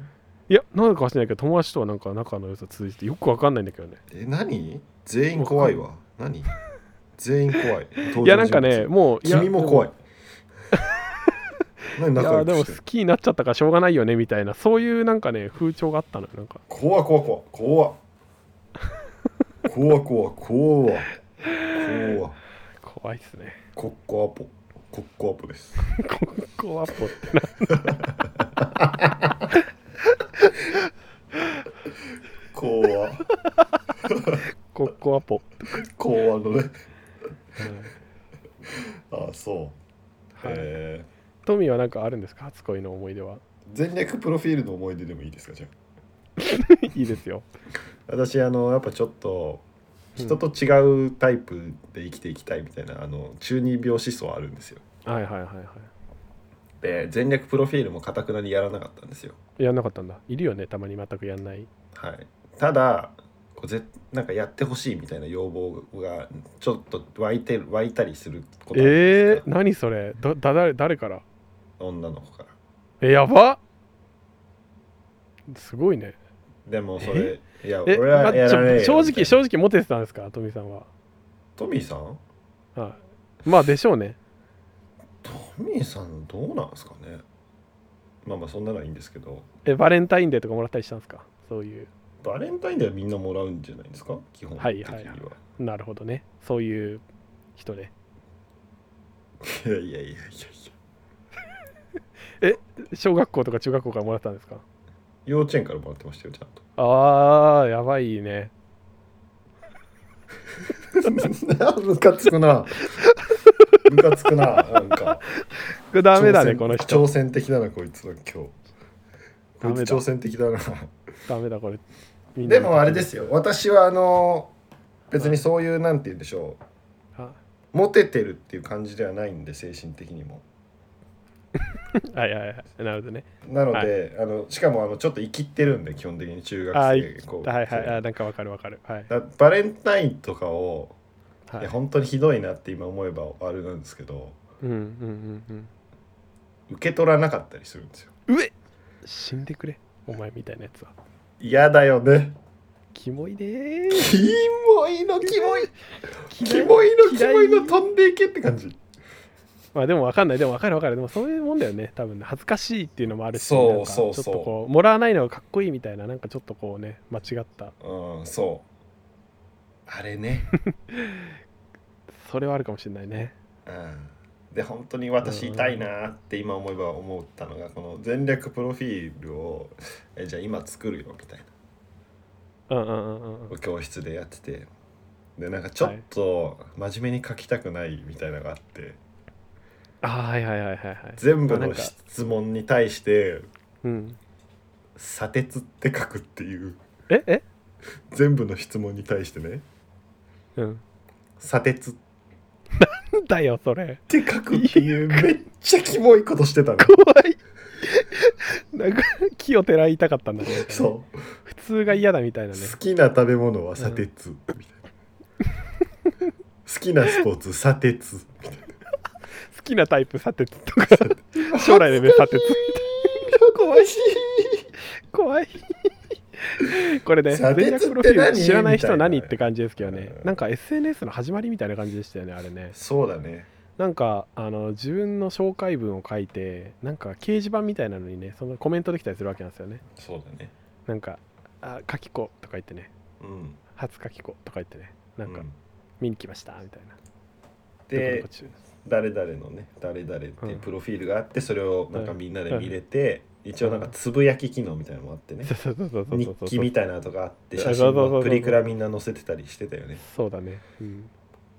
Speaker 3: いやなんかはしないけど友達とはなんか仲の良さ続いててよくわかんないんだけどね
Speaker 2: え何全員怖いわ何全員怖い
Speaker 3: いやなんかねもういや
Speaker 2: 君も怖
Speaker 3: い
Speaker 2: い何
Speaker 3: い
Speaker 2: 仲
Speaker 3: や
Speaker 2: 良
Speaker 3: でも
Speaker 2: くし
Speaker 3: 好
Speaker 2: てる
Speaker 3: きになっちゃったからしょうがないよねみたいなそういうなんかね風潮があったのよなんか
Speaker 2: 怖い怖い怖い怖い怖い怖い怖い怖い
Speaker 3: 怖いっすね
Speaker 2: コッコアポコッコアポです
Speaker 3: ここはポってな
Speaker 2: 怖い
Speaker 3: ここはポ、
Speaker 2: 怖いのねあそう、
Speaker 3: はい、
Speaker 2: え
Speaker 3: トミーはなんかあるんですか初恋の思い出 は
Speaker 2: ー全略プロフィールの思い出でもいいですかじゃあ
Speaker 3: いいですよ
Speaker 2: 私あのやっぱちょっと人と違うタイプで生きていきたいみたいな、あの中二病思想あるんですよ
Speaker 3: はいはいはいは
Speaker 2: で全略プロフィールもかたくなにやらなかったんですよ
Speaker 3: いやんなかったんだいるよねたまに全くやんない
Speaker 2: はいただこうぜなんかやってほしいみたいな要望がちょっと湧いて湧いたりすることある
Speaker 3: えー、何それだだ誰誰から
Speaker 2: 女の子から
Speaker 3: えやばすごいね
Speaker 2: でもそれいや
Speaker 3: え、
Speaker 2: 俺は
Speaker 3: ま
Speaker 2: や
Speaker 3: ち
Speaker 2: らねえ
Speaker 3: ょ
Speaker 2: よ
Speaker 3: 正
Speaker 2: みたい
Speaker 3: 直
Speaker 2: な
Speaker 3: 正直モテてたんですかトミーさんは、
Speaker 2: トミーさん
Speaker 3: はい、まあでしょうね
Speaker 2: トミーさんどうなんですかねまあまあそんなのはいいんですけど
Speaker 3: えバレンタインデーとかもらったりしたんですかそういう
Speaker 2: バレンタインではみんなもらうんじゃないですか基本的には、
Speaker 3: はいはいなるほどねそういう人ね
Speaker 2: いやいやいやいやいや
Speaker 3: 小学校とか中学校からもらったんですか
Speaker 2: 幼稚園からもらってましたよちゃんと
Speaker 3: あーやばいね
Speaker 2: ムカつくな。ムカつくな。なんか。
Speaker 3: これダメだ
Speaker 2: 挑
Speaker 3: ね
Speaker 2: 戦
Speaker 3: この人
Speaker 2: 挑戦的だな、こいつは今日。こ
Speaker 3: ダ
Speaker 2: い
Speaker 3: メ
Speaker 2: つ
Speaker 3: だ
Speaker 2: 挑戦的だな。
Speaker 3: ダメだこれみんな
Speaker 2: でもあれですよ。私はあの、別にそういう、なんて言うんでしょ
Speaker 3: あ
Speaker 2: う。モテてるっていう感じではないんで、精神的にも。
Speaker 3: はいはいはいなるほどね
Speaker 2: なので、あのしかもあのちょっと生きってるんで、基本的に中学
Speaker 3: あ
Speaker 2: 生
Speaker 3: い
Speaker 2: こう
Speaker 3: はいはいあ
Speaker 2: だ
Speaker 3: なんかわかるわかるはい
Speaker 2: からバレンタインとかを、
Speaker 3: はい
Speaker 2: や
Speaker 3: い
Speaker 2: 本当にひどいなって今思えばあれなんですけど、
Speaker 3: うんうんうん
Speaker 2: 受け取らなかったりするんですよ。
Speaker 3: うんうえ死んでくれお前みたいなやつは
Speaker 2: 嫌だよね。
Speaker 3: キモいね
Speaker 2: キモいのキモい キモいのキモいの飛んでいけって感じ
Speaker 3: まあでも分かんないでも分かる分かるでもそういうもんだよね多分ね恥ずかしいっていうのもあるし
Speaker 2: そう
Speaker 3: なんか
Speaker 2: そうそう
Speaker 3: ちょっとこうもらわないのがかっこいいみたいななんかちょっとこうね間違った
Speaker 2: うんそうあれね
Speaker 3: それはあるかもしれないね
Speaker 2: うんで本当に私痛いなって今思えば思ったのがこの全略プロフィールをえじゃあ今作るよみたい
Speaker 3: うんうんうんうんうん
Speaker 2: な教室でやっててでなんかちょっと真面目に書きたくないみたいなのがあって
Speaker 3: あーはいはいはいはいはい
Speaker 2: 全部
Speaker 3: ま
Speaker 2: の
Speaker 3: あなんか
Speaker 2: 質問に対して
Speaker 3: うん
Speaker 2: 「砂鉄」って書くっていう
Speaker 3: ええ
Speaker 2: 全部の質問に対してね
Speaker 3: うん
Speaker 2: 「砂鉄」っ
Speaker 3: だよそれ
Speaker 2: て書くっていうめっちゃキモいことしてたの
Speaker 3: 怖い なんか木をてらいたかったんだね
Speaker 2: そう
Speaker 3: 普通が嫌だみたいなね
Speaker 2: 好きな食べ物は砂 鉄、みたいな好きなスポーツ砂鉄みたい
Speaker 3: 好きなタイプ砂鉄とか将来の夢砂鉄怖い怖いこれね
Speaker 2: 砂鉄
Speaker 3: 全略プロフィール
Speaker 2: って何
Speaker 3: 知らない人は何
Speaker 2: みたいな
Speaker 3: って感じですけどね
Speaker 2: うん
Speaker 3: なんか SNS の始まりみたいな感じでしたよねあれね
Speaker 2: なそうだね
Speaker 3: なんかあの自分の紹介文を書いてなんか掲示板みたいなのにねそのコメントできたりするわけなんですよね
Speaker 2: そうだね
Speaker 3: なんか「あ書き子」とか言ってね
Speaker 2: うん
Speaker 3: 「初書き子」とか言ってねなんか
Speaker 2: う
Speaker 3: 「見に来ました」みたいなど
Speaker 2: で
Speaker 3: こどこ中
Speaker 2: 誰々のね誰々っていうプロフィールがあってそれをなんかみんなで見れて、一応なんかつぶやき機能みたいなのもあってね、
Speaker 3: そうそうそうそうそう
Speaker 2: 日
Speaker 3: そう
Speaker 2: 記みたいなのとかあって
Speaker 3: そうそ
Speaker 2: 写
Speaker 3: うそ
Speaker 2: 真
Speaker 3: うそうそ
Speaker 2: の
Speaker 3: う
Speaker 2: プリクラみんな載せてたりしてたよね
Speaker 3: そうだね、うん、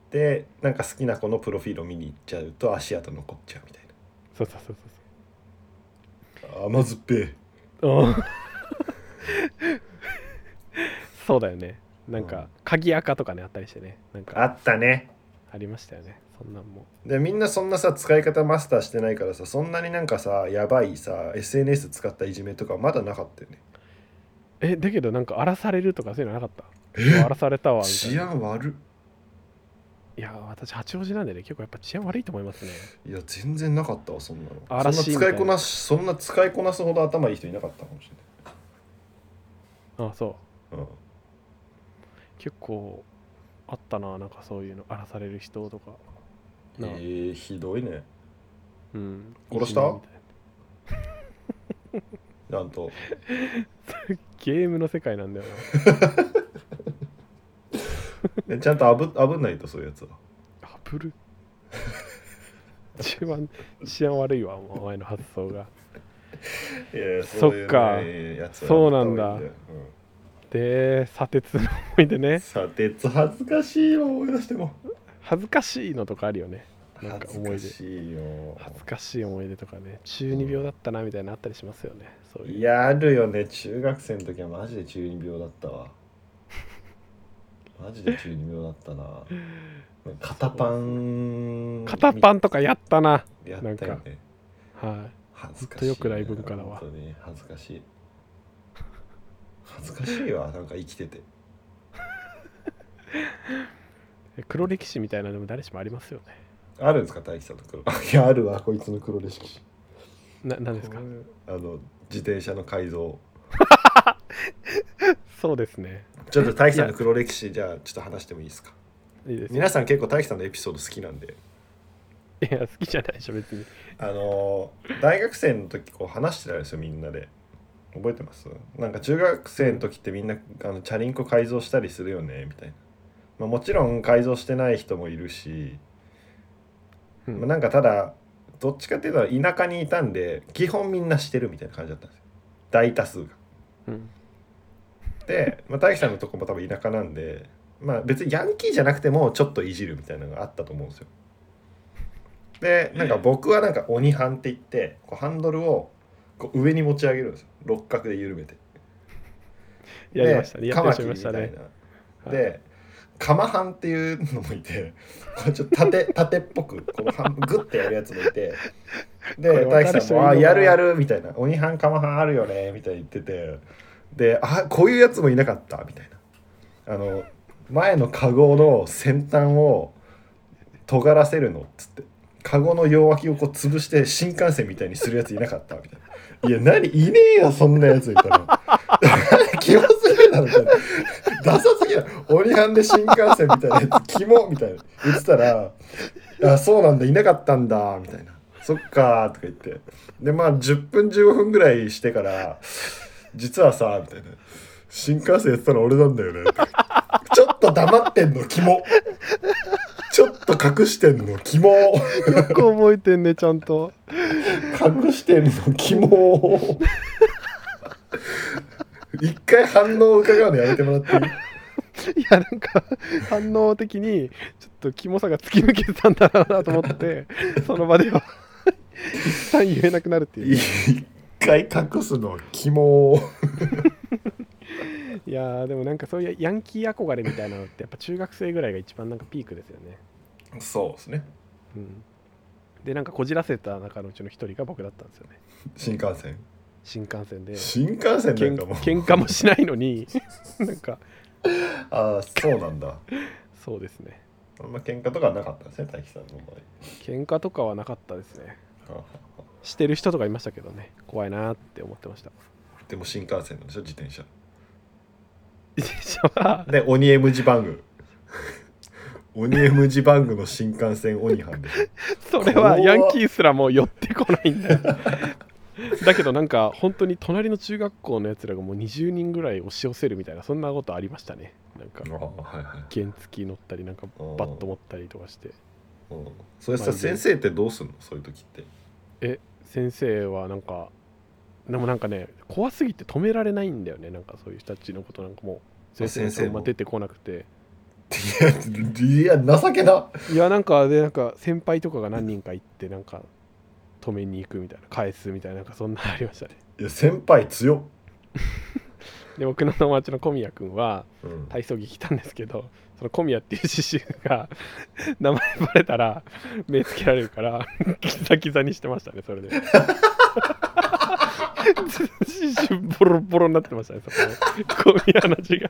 Speaker 2: でなんか好きな子のプロフィールを見に行っちゃうと足跡残っちゃうみたい
Speaker 3: そうそうそうそうそう
Speaker 2: な甘酸っぱい
Speaker 3: うん そうだよねなん
Speaker 2: うん
Speaker 3: か鍵垢とかねあったりしてねなん
Speaker 2: あ
Speaker 3: か
Speaker 2: ったね
Speaker 3: ありましたよねそんなんも
Speaker 2: でみんなそんなさ使い方マスターしてないからさそんなになんかさやばいさ SNS 使ったいじめとかまだなかったよね
Speaker 3: えだけどなんか荒らされるとかそういうのなかった荒らされたわみたい
Speaker 2: 治
Speaker 3: な
Speaker 2: 安悪
Speaker 3: いや私八王子なんでね結構やっぱ治安悪いと思い ますね
Speaker 2: いや全然なかったわそんなのそ
Speaker 3: 嵐
Speaker 2: んな使いこなしそんな使いこなすほど頭いい人いなかったかもし
Speaker 3: あそう
Speaker 2: れない、
Speaker 3: 結構あったななんかそういうの荒らされる人とか
Speaker 2: うん、
Speaker 3: な
Speaker 2: えー、ひどいね
Speaker 3: うん
Speaker 2: 殺した
Speaker 3: いじめみいな
Speaker 2: なんと
Speaker 3: ゲームの世界なんだよな
Speaker 2: えちゃんとあぶあぶんないとそういうやつは
Speaker 3: あ ぶる一番治安悪いわお前の発想が
Speaker 2: いやいや
Speaker 3: そっか
Speaker 2: ういうねやつは
Speaker 3: そうなんだ
Speaker 2: やった方がいいよ
Speaker 3: で砂鉄の思い出
Speaker 2: うん
Speaker 3: ね
Speaker 2: さてつ恥ずかしいわ思い出しても
Speaker 3: 恥ずかしいのとかあるよねなんか
Speaker 2: 恥ず
Speaker 3: 思い出
Speaker 2: かしいよ
Speaker 3: 恥ずかしい思い出とかね中二病だったなみたいなのあったりしますよねそういう
Speaker 2: いやあるよね中学生の時はマジで中二病だったわマジで中二病だったな肩パン
Speaker 3: 肩パンとかやったな
Speaker 2: やったよ
Speaker 3: なん
Speaker 2: ね
Speaker 3: は
Speaker 2: 恥ず
Speaker 3: ず
Speaker 2: か
Speaker 3: っ
Speaker 2: しい
Speaker 3: と
Speaker 2: ね
Speaker 3: 良くない文化だわ
Speaker 2: 本当に恥ずかしい恥ずかしいわなんか生きてて
Speaker 3: い黒歴史みたいなのでも誰しもありますよね
Speaker 2: あるんですか大輝さんの黒 いやあるわこいつの黒レシピ
Speaker 3: な何ですか
Speaker 2: あの自転車の改造
Speaker 3: そうですね
Speaker 2: ちょっと大輝さんの黒歴史じゃあちょっと話してもいいですか
Speaker 3: いいです よ
Speaker 2: 皆さん結構大輝さんのエピソード好きなんで
Speaker 3: いや好きじゃないでしょ別に
Speaker 2: あのー大学生の時こう話してたんですよみんなで覚えてますなんか中学生の時ってみんなあのチャリンコ改造したりするよねみたいな、まあ、もちろん改造してない人もいるし、
Speaker 3: う
Speaker 2: まあ、
Speaker 3: ん
Speaker 2: なんかただどっちかっていうと田舎にいたんで基本みんなしてるみたいな感じだったんですよ大多数が。
Speaker 3: うん
Speaker 2: で、まあ、大樹さんのとこも多分田舎なんで、まあ、別にヤンキーじゃなくてもちょっといじるみたいなのがあったと思うんですよ。でなんか僕はなんか鬼ハンって言ってこうハンドルをこう上に持ち上げるんですよ六角で緩めて。
Speaker 3: やりましたね
Speaker 2: で
Speaker 3: や
Speaker 2: カ
Speaker 3: って
Speaker 2: マ
Speaker 3: らっし
Speaker 2: キ
Speaker 3: ゃ
Speaker 2: リみ
Speaker 3: いましたた
Speaker 2: い
Speaker 3: ね
Speaker 2: な。でカマハンっていうのもいてこれちょっと 縦縦っぽくこのハングッてやるやつもいて
Speaker 3: これ
Speaker 2: で
Speaker 3: 分かる
Speaker 2: 大樹さんも「
Speaker 3: 人
Speaker 2: あ
Speaker 3: いるな
Speaker 2: やるやる」みたいな「鬼ハンカマハンあるよね」みたいに言っててで「あこういうやつもいなかった」みたいなあの前のカゴの先端を尖らせるのっつってカゴの両脇をこう潰して新幹線みたいにするやついなかったみたい な「いや何いねえよそんなやつ」みたいな気をつけなみたいな ダサすぎないオリハンで新幹線みたいなやつキモみたいな言ってたら「あそうなんだいなかったんだ」みたいな「そっか」とか言ってでまあ10分15分ぐらいしてから「実はさ」みたいな「新幹線やってたの俺なんだよね」ちょっと黙ってんのキモちょっと隠してんのキモ
Speaker 3: よく覚えてんねちゃんと
Speaker 2: 隠してんのキモ一回反応を伺うのやめてもらっていい
Speaker 3: いやなんか反応的にちょっとキモさが突き抜けてたんだろうなと思ってその場では 一切言えなくなるっていう
Speaker 2: 一回隠すのキモ
Speaker 3: いやーでもなんかそういうヤンキー憧れみたいなのってやっぱ中学生ぐらいが一番なんかピークですよね、
Speaker 2: そうですね
Speaker 3: うん、でなんかこじらせた中のうちの一人が僕だったんですよね
Speaker 2: 新幹線
Speaker 3: 新幹線で
Speaker 2: 新幹線なん
Speaker 3: 喧
Speaker 2: かもう
Speaker 3: 喧嘩もしないのに なんか
Speaker 2: ああそうなんだ
Speaker 3: そうですね
Speaker 2: あんま喧嘩とかはなかったですね大樹さんの場
Speaker 3: 喧嘩とかはなかったですね
Speaker 2: 合
Speaker 3: してる人とかいましたけどね怖いなーって思ってました
Speaker 2: でも新幹線なんでしょ自転車
Speaker 3: 自転車は
Speaker 2: で鬼 M 字バング 鬼 M 字バングの新幹線鬼班でしょ
Speaker 3: それは
Speaker 2: 怖っ
Speaker 3: ヤンキーすらもう寄ってこないんだよ だけどなんか本当に隣の中学校のやつらがもう20人ぐらい押し寄せるみたいなそんなことありましたねなんか
Speaker 2: ああはいはい
Speaker 3: 原付き乗ったりなんか
Speaker 2: うん
Speaker 3: バット持ったりとかして
Speaker 2: うんそれ
Speaker 3: ま
Speaker 2: さ
Speaker 3: あ
Speaker 2: 先生ってどうすんのそういう時って
Speaker 3: 先生はなんかでもなんかね怖すぎて止められないんだよねなんかそういう人たちのことなんかもう
Speaker 2: あ先生も
Speaker 3: あんま出てこなくて
Speaker 2: いやいや情けない
Speaker 3: やなんかでなんか先輩とかが何人か行ってなんか止めに行くみたいな返すみたいななんかそんなのありましたね
Speaker 2: いや先輩強っ、
Speaker 3: で僕の友達の小宮君は
Speaker 2: うん
Speaker 3: 体操着着たんですけどその小宮っていう刺繍が名前バレたら目つけられるからギザギザにしてましたねそれで刺繍ボロボロになってましたねそこ小宮の字が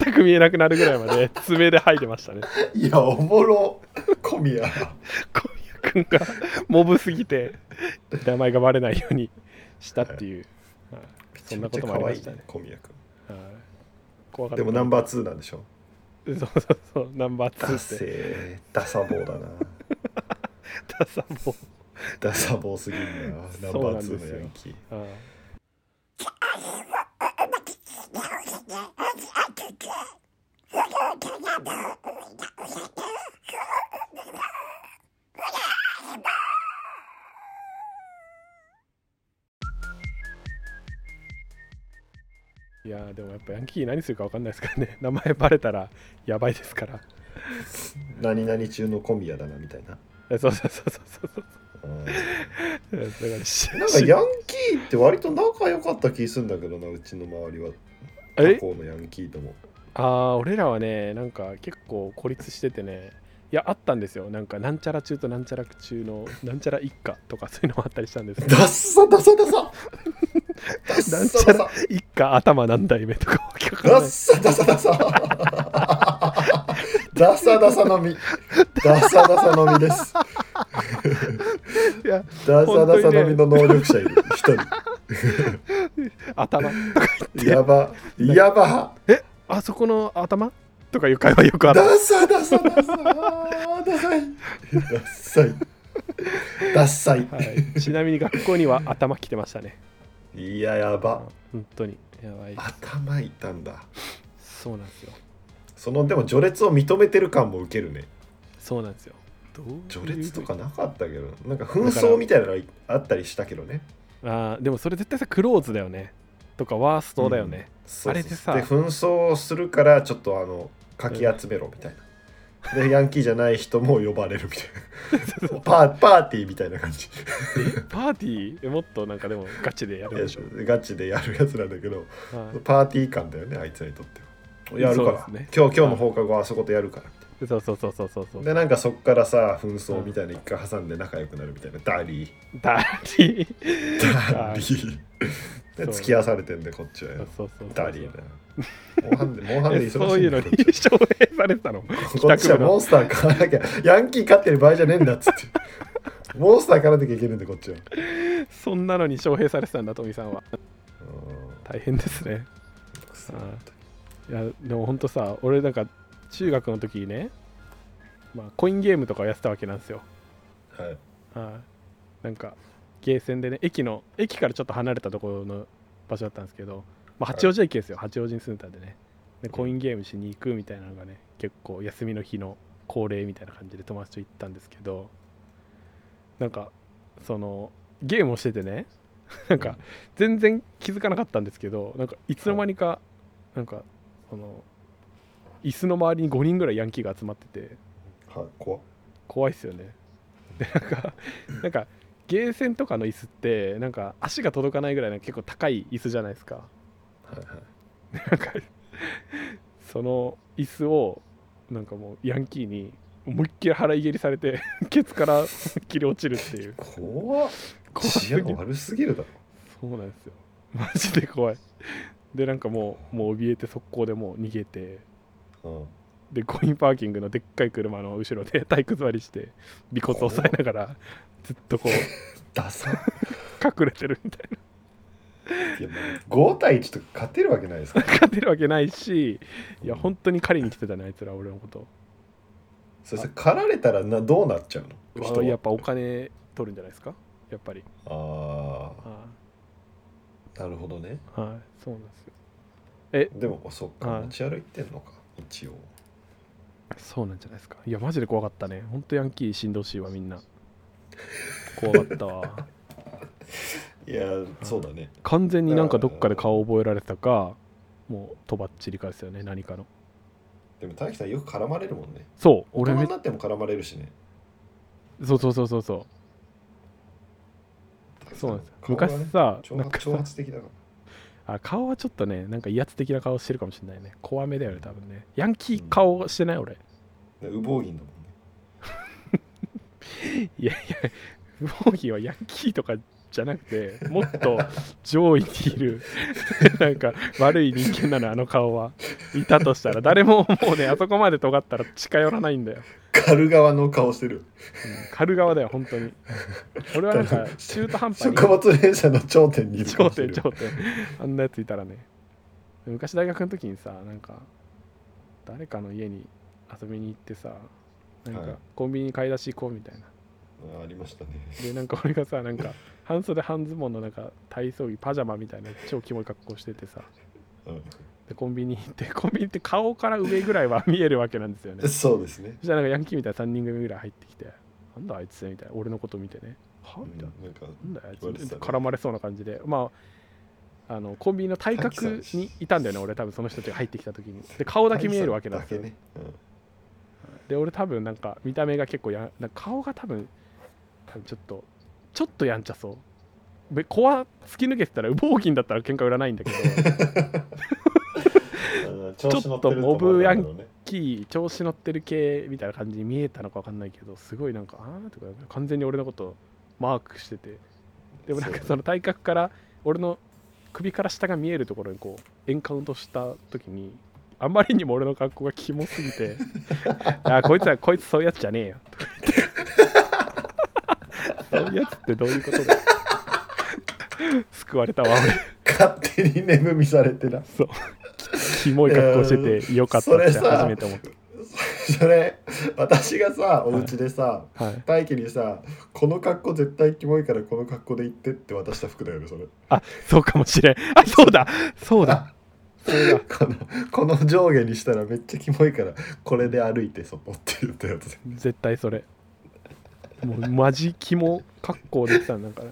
Speaker 3: 全く見えなくなるぐらいまで爪で剥いでましたね
Speaker 2: いやおもろ小 宮
Speaker 3: 小宮君がモブすぎて名前がバレないようにしたっていう、はいそんなこともありましたね
Speaker 2: めちゃめちゃ可愛い小宮君
Speaker 3: はい怖かった
Speaker 2: でもナンバー2なんでしょ
Speaker 3: そうそうそうナンバー
Speaker 2: ダ
Speaker 3: 2って
Speaker 2: セーダサボー だな
Speaker 3: ダサボー
Speaker 2: ダサボーすぎるなナン
Speaker 3: そう
Speaker 2: バー
Speaker 3: なんで
Speaker 2: 2
Speaker 3: すよ
Speaker 2: のヤンキー
Speaker 3: はいいやーでもやっぱヤンキー何するか分かんないですからね 名前バレたらやばいですから
Speaker 2: 何々中の小宮だなみたいな
Speaker 3: えそうそうそうそうそうそう
Speaker 2: うん
Speaker 3: だからし
Speaker 2: なんかヤンキーって割と仲良かった気するんだけどなうちの周りは他
Speaker 3: え
Speaker 2: 校のヤンキーとも
Speaker 3: ああ俺らはねなんか結構孤立しててねいやあったんですよなんかなんちゃら中となんちゃら中のなんちゃら一家とかそういうのもあったりしたんですけど
Speaker 2: ダッサダサダサダッ
Speaker 3: なん
Speaker 2: サ
Speaker 3: ちゃ
Speaker 2: ダサ
Speaker 3: ら一家頭何代目とかわけわかんな
Speaker 2: ダ
Speaker 3: い
Speaker 2: ッサダサダサ ダサダサのみダサダサのみです
Speaker 3: いや
Speaker 2: ダサダサのみの能力者いる一
Speaker 3: 頭
Speaker 2: 人やばやば
Speaker 3: あそこの頭とかいう会話よくある
Speaker 2: ダサダサダサダサいダッサいダッサい
Speaker 3: はい、ちなみに学校には頭来てましたね。
Speaker 2: いややば
Speaker 3: 本当に。やばい。
Speaker 2: 頭痛んだ
Speaker 3: そうなんですよ。
Speaker 2: そのでも序列を認めてる感も受けるね
Speaker 3: そうなんですよ。どういう
Speaker 2: 序列とかなかったけどなんか紛争みたいなのあったりしたけどね
Speaker 3: あーでもそれ絶対さ、クローズだよね。とか、ワーストだよね。
Speaker 2: そうそうそう
Speaker 3: あれでさ
Speaker 2: 紛争するからちょっとあのかき集めろみたいな、でヤンキーじゃない人も呼ばれるみたい なパーパーティーみたいな感じ
Speaker 3: パーティー、もっとなんかでもガチでやるでしょ。
Speaker 2: ガチでやるやつなんだけど
Speaker 3: はい
Speaker 2: パーティー感だよねあいつらにとってはやるか
Speaker 3: そ
Speaker 2: ら、
Speaker 3: うですね
Speaker 2: 今日今日の放課後はあそことやるからみたい
Speaker 3: そうそうそうそうそうそう
Speaker 2: な。でなんかそっからさ紛争みたいな一回挟んで仲良くなるみたいなダリー
Speaker 3: ダーティー。
Speaker 2: ダリー
Speaker 3: そう
Speaker 2: で付き合わされてんでこっちはよ
Speaker 3: そうそうそう
Speaker 2: ダリーだよモンハンでモンハンで
Speaker 3: え
Speaker 2: 忙しいんだよ
Speaker 3: そういうのに
Speaker 2: こっちは
Speaker 3: 奨励されてたの。
Speaker 2: こっちはモンスター買わなきゃヤンキー勝ってる場合じゃねえんだっつってモンスター買わなきゃいけないんでこっちは
Speaker 3: そんなのに奨励されてたんだ、トミさんは。大変ですね。
Speaker 2: うん
Speaker 3: あいやでもほんとさ俺なんか中学の時にね、まあ、コインゲームとかをやってたわけなんですよ
Speaker 2: はい
Speaker 3: はい、なんかゲーセンでね駅の駅からちょっと離れたところの場所だったんですけど、まあ、八王子駅ですよ、八王子に住んでたんでねでコインゲームしに行くみたいなのがね結構休みの日の恒例みたいな感じで友達と行ったんですけどなんかそのゲームをしててね なんか全然気づかなかったんですけどなんかいつの間にかなんかその椅子の周りに5人ぐらいヤンキーが集まってて
Speaker 2: はい怖っ
Speaker 3: 怖いっすよね でなんかなんかゲーセンとかの椅子ってなんか足が届かないぐらいの結構高い椅子じゃないですか
Speaker 2: はいはい
Speaker 3: でなんかその椅子をなんかもうヤンキーに思いっきり腹い蹴りされて ケツから思いっきり落ちるっていう
Speaker 2: 怖っ
Speaker 3: 怖す
Speaker 2: 治
Speaker 3: ぎ
Speaker 2: 安
Speaker 3: る
Speaker 2: 悪すぎるだろ
Speaker 3: そうなんですよマジで怖いでなんかもうもう怯えて速攻でもう逃げて
Speaker 2: うん
Speaker 3: でコインパーキングのでっかい車の後ろで体育座りして尾骨押さえながらずっとこう
Speaker 2: ダサ
Speaker 3: 隠れてるみたいない
Speaker 2: やまあ5対1とか勝てるわけないです から
Speaker 3: 勝てるわけないしいや本当に狩りに来てたねあいつら俺のこと
Speaker 2: そして狩られたらなどうなっちゃうの人
Speaker 3: あ
Speaker 2: は
Speaker 3: やっぱお金取るんじゃないですかやっぱり
Speaker 2: あ
Speaker 3: は
Speaker 2: あなるほどね
Speaker 3: い、はい、そうなんですよ
Speaker 2: でもそっ
Speaker 3: は
Speaker 2: か
Speaker 3: い
Speaker 2: 持ち歩いてんのか一応
Speaker 3: そうなんじゃないですかいやマジで怖かったね本当ヤンキーしんどしいわみんな怖かったわ
Speaker 2: いやそうだね
Speaker 3: 完全になんかどっかで顔覚えられたかもうとばっちりかですよね何かの
Speaker 2: でも大樹さんよく絡まれるもんね
Speaker 3: そう
Speaker 2: 大
Speaker 3: 俺
Speaker 2: 人
Speaker 3: め
Speaker 2: になっても絡まれるしね
Speaker 3: そうそうそうそうそうそうなんです
Speaker 2: 顔
Speaker 3: よ
Speaker 2: が
Speaker 3: 昔
Speaker 2: ね
Speaker 3: さ
Speaker 2: 挑
Speaker 3: なんか
Speaker 2: 発挑
Speaker 3: さ
Speaker 2: 発的だか
Speaker 3: あ顔はちょっとねなんか威圧的な顔してるかもしれないね怖めだよね多分ねヤンキー顔してない俺
Speaker 2: ら羽毛銀だもんね
Speaker 3: いやいや不本ーはヤンキーとかじゃなくてもっと上位にいる なんか悪い人間なのあの顔はいたとしたら誰ももうねあそこまで尖ったら近寄らないんだよ、
Speaker 2: 狩る側の顔して る
Speaker 3: うん、狩る側だよ本当に俺はな んか中途半端に
Speaker 2: 食物連鎖の頂点にいる
Speaker 3: 頂
Speaker 2: 顔して
Speaker 3: 点
Speaker 2: る
Speaker 3: 頂点あんなやついたらね昔大学の時にさなんか誰かの家に遊びに行ってさなん
Speaker 2: はい
Speaker 3: かコンビニに買い出し行こうみたいな、
Speaker 2: あありましたね
Speaker 3: でなんか俺がさなんか半袖半ズボンのなんか体操着パジャマみたいな超キモい格好しててさ
Speaker 2: う
Speaker 3: でコンビニ行ってコンビニって顔から上ぐらいは見えるわけなんですよね
Speaker 2: んそうですね
Speaker 3: そしたらなんかヤンキーみたいな3人組ぐらい入ってきて「なんだあいつ」みたいな俺のこと見てね「は?」みたいな
Speaker 2: なんか
Speaker 3: なんだよあいつ
Speaker 2: 言われてたね
Speaker 3: 絡まれそうな感じでまああのコンビニの対角にいたんだよね俺多分その人たちが入ってきた時にで顔だけ見えるわけなんですよ、
Speaker 2: だけねうん
Speaker 3: で俺多分なんか見た目が結構やなんか顔が多分多分ちょっとちょっとやんちゃそうで子は突き抜けてたら羽毛金だったら喧嘩売らないんだけど
Speaker 2: うん調子乗てる思
Speaker 3: ちょっとモブヤン
Speaker 2: うね
Speaker 3: キー調子乗ってる系みたいな感じに見えたのか分かんないけどすごいなんかああとか完全に俺のことマークしててでもなんか
Speaker 2: そう
Speaker 3: その体格から俺の首から下が見えるところにこうエンカウントした時にあまりにも俺の格好がキモすぎて「あこいつはこいつそういうやつじゃねえよ」とか言って「そういうやつってどういうことだ?」救われたわ俺
Speaker 2: 勝手に寝踏みされてな
Speaker 3: そう キモい格好しててよかったっ
Speaker 2: いやー
Speaker 3: て
Speaker 2: それさ
Speaker 3: 初めて思っ
Speaker 2: それ私がさお家でさ、
Speaker 3: た、はい、
Speaker 2: 大輝にさこの格好絶対キモいからこの格好で行ってって渡した服だよねそれ
Speaker 3: あそうかもしれんあそうだそうだそうだ
Speaker 2: このこの上下にしたらめっちゃキモいからこれで歩いて外って言ったやつ
Speaker 3: 絶対それもうマジキモ格好できたんだから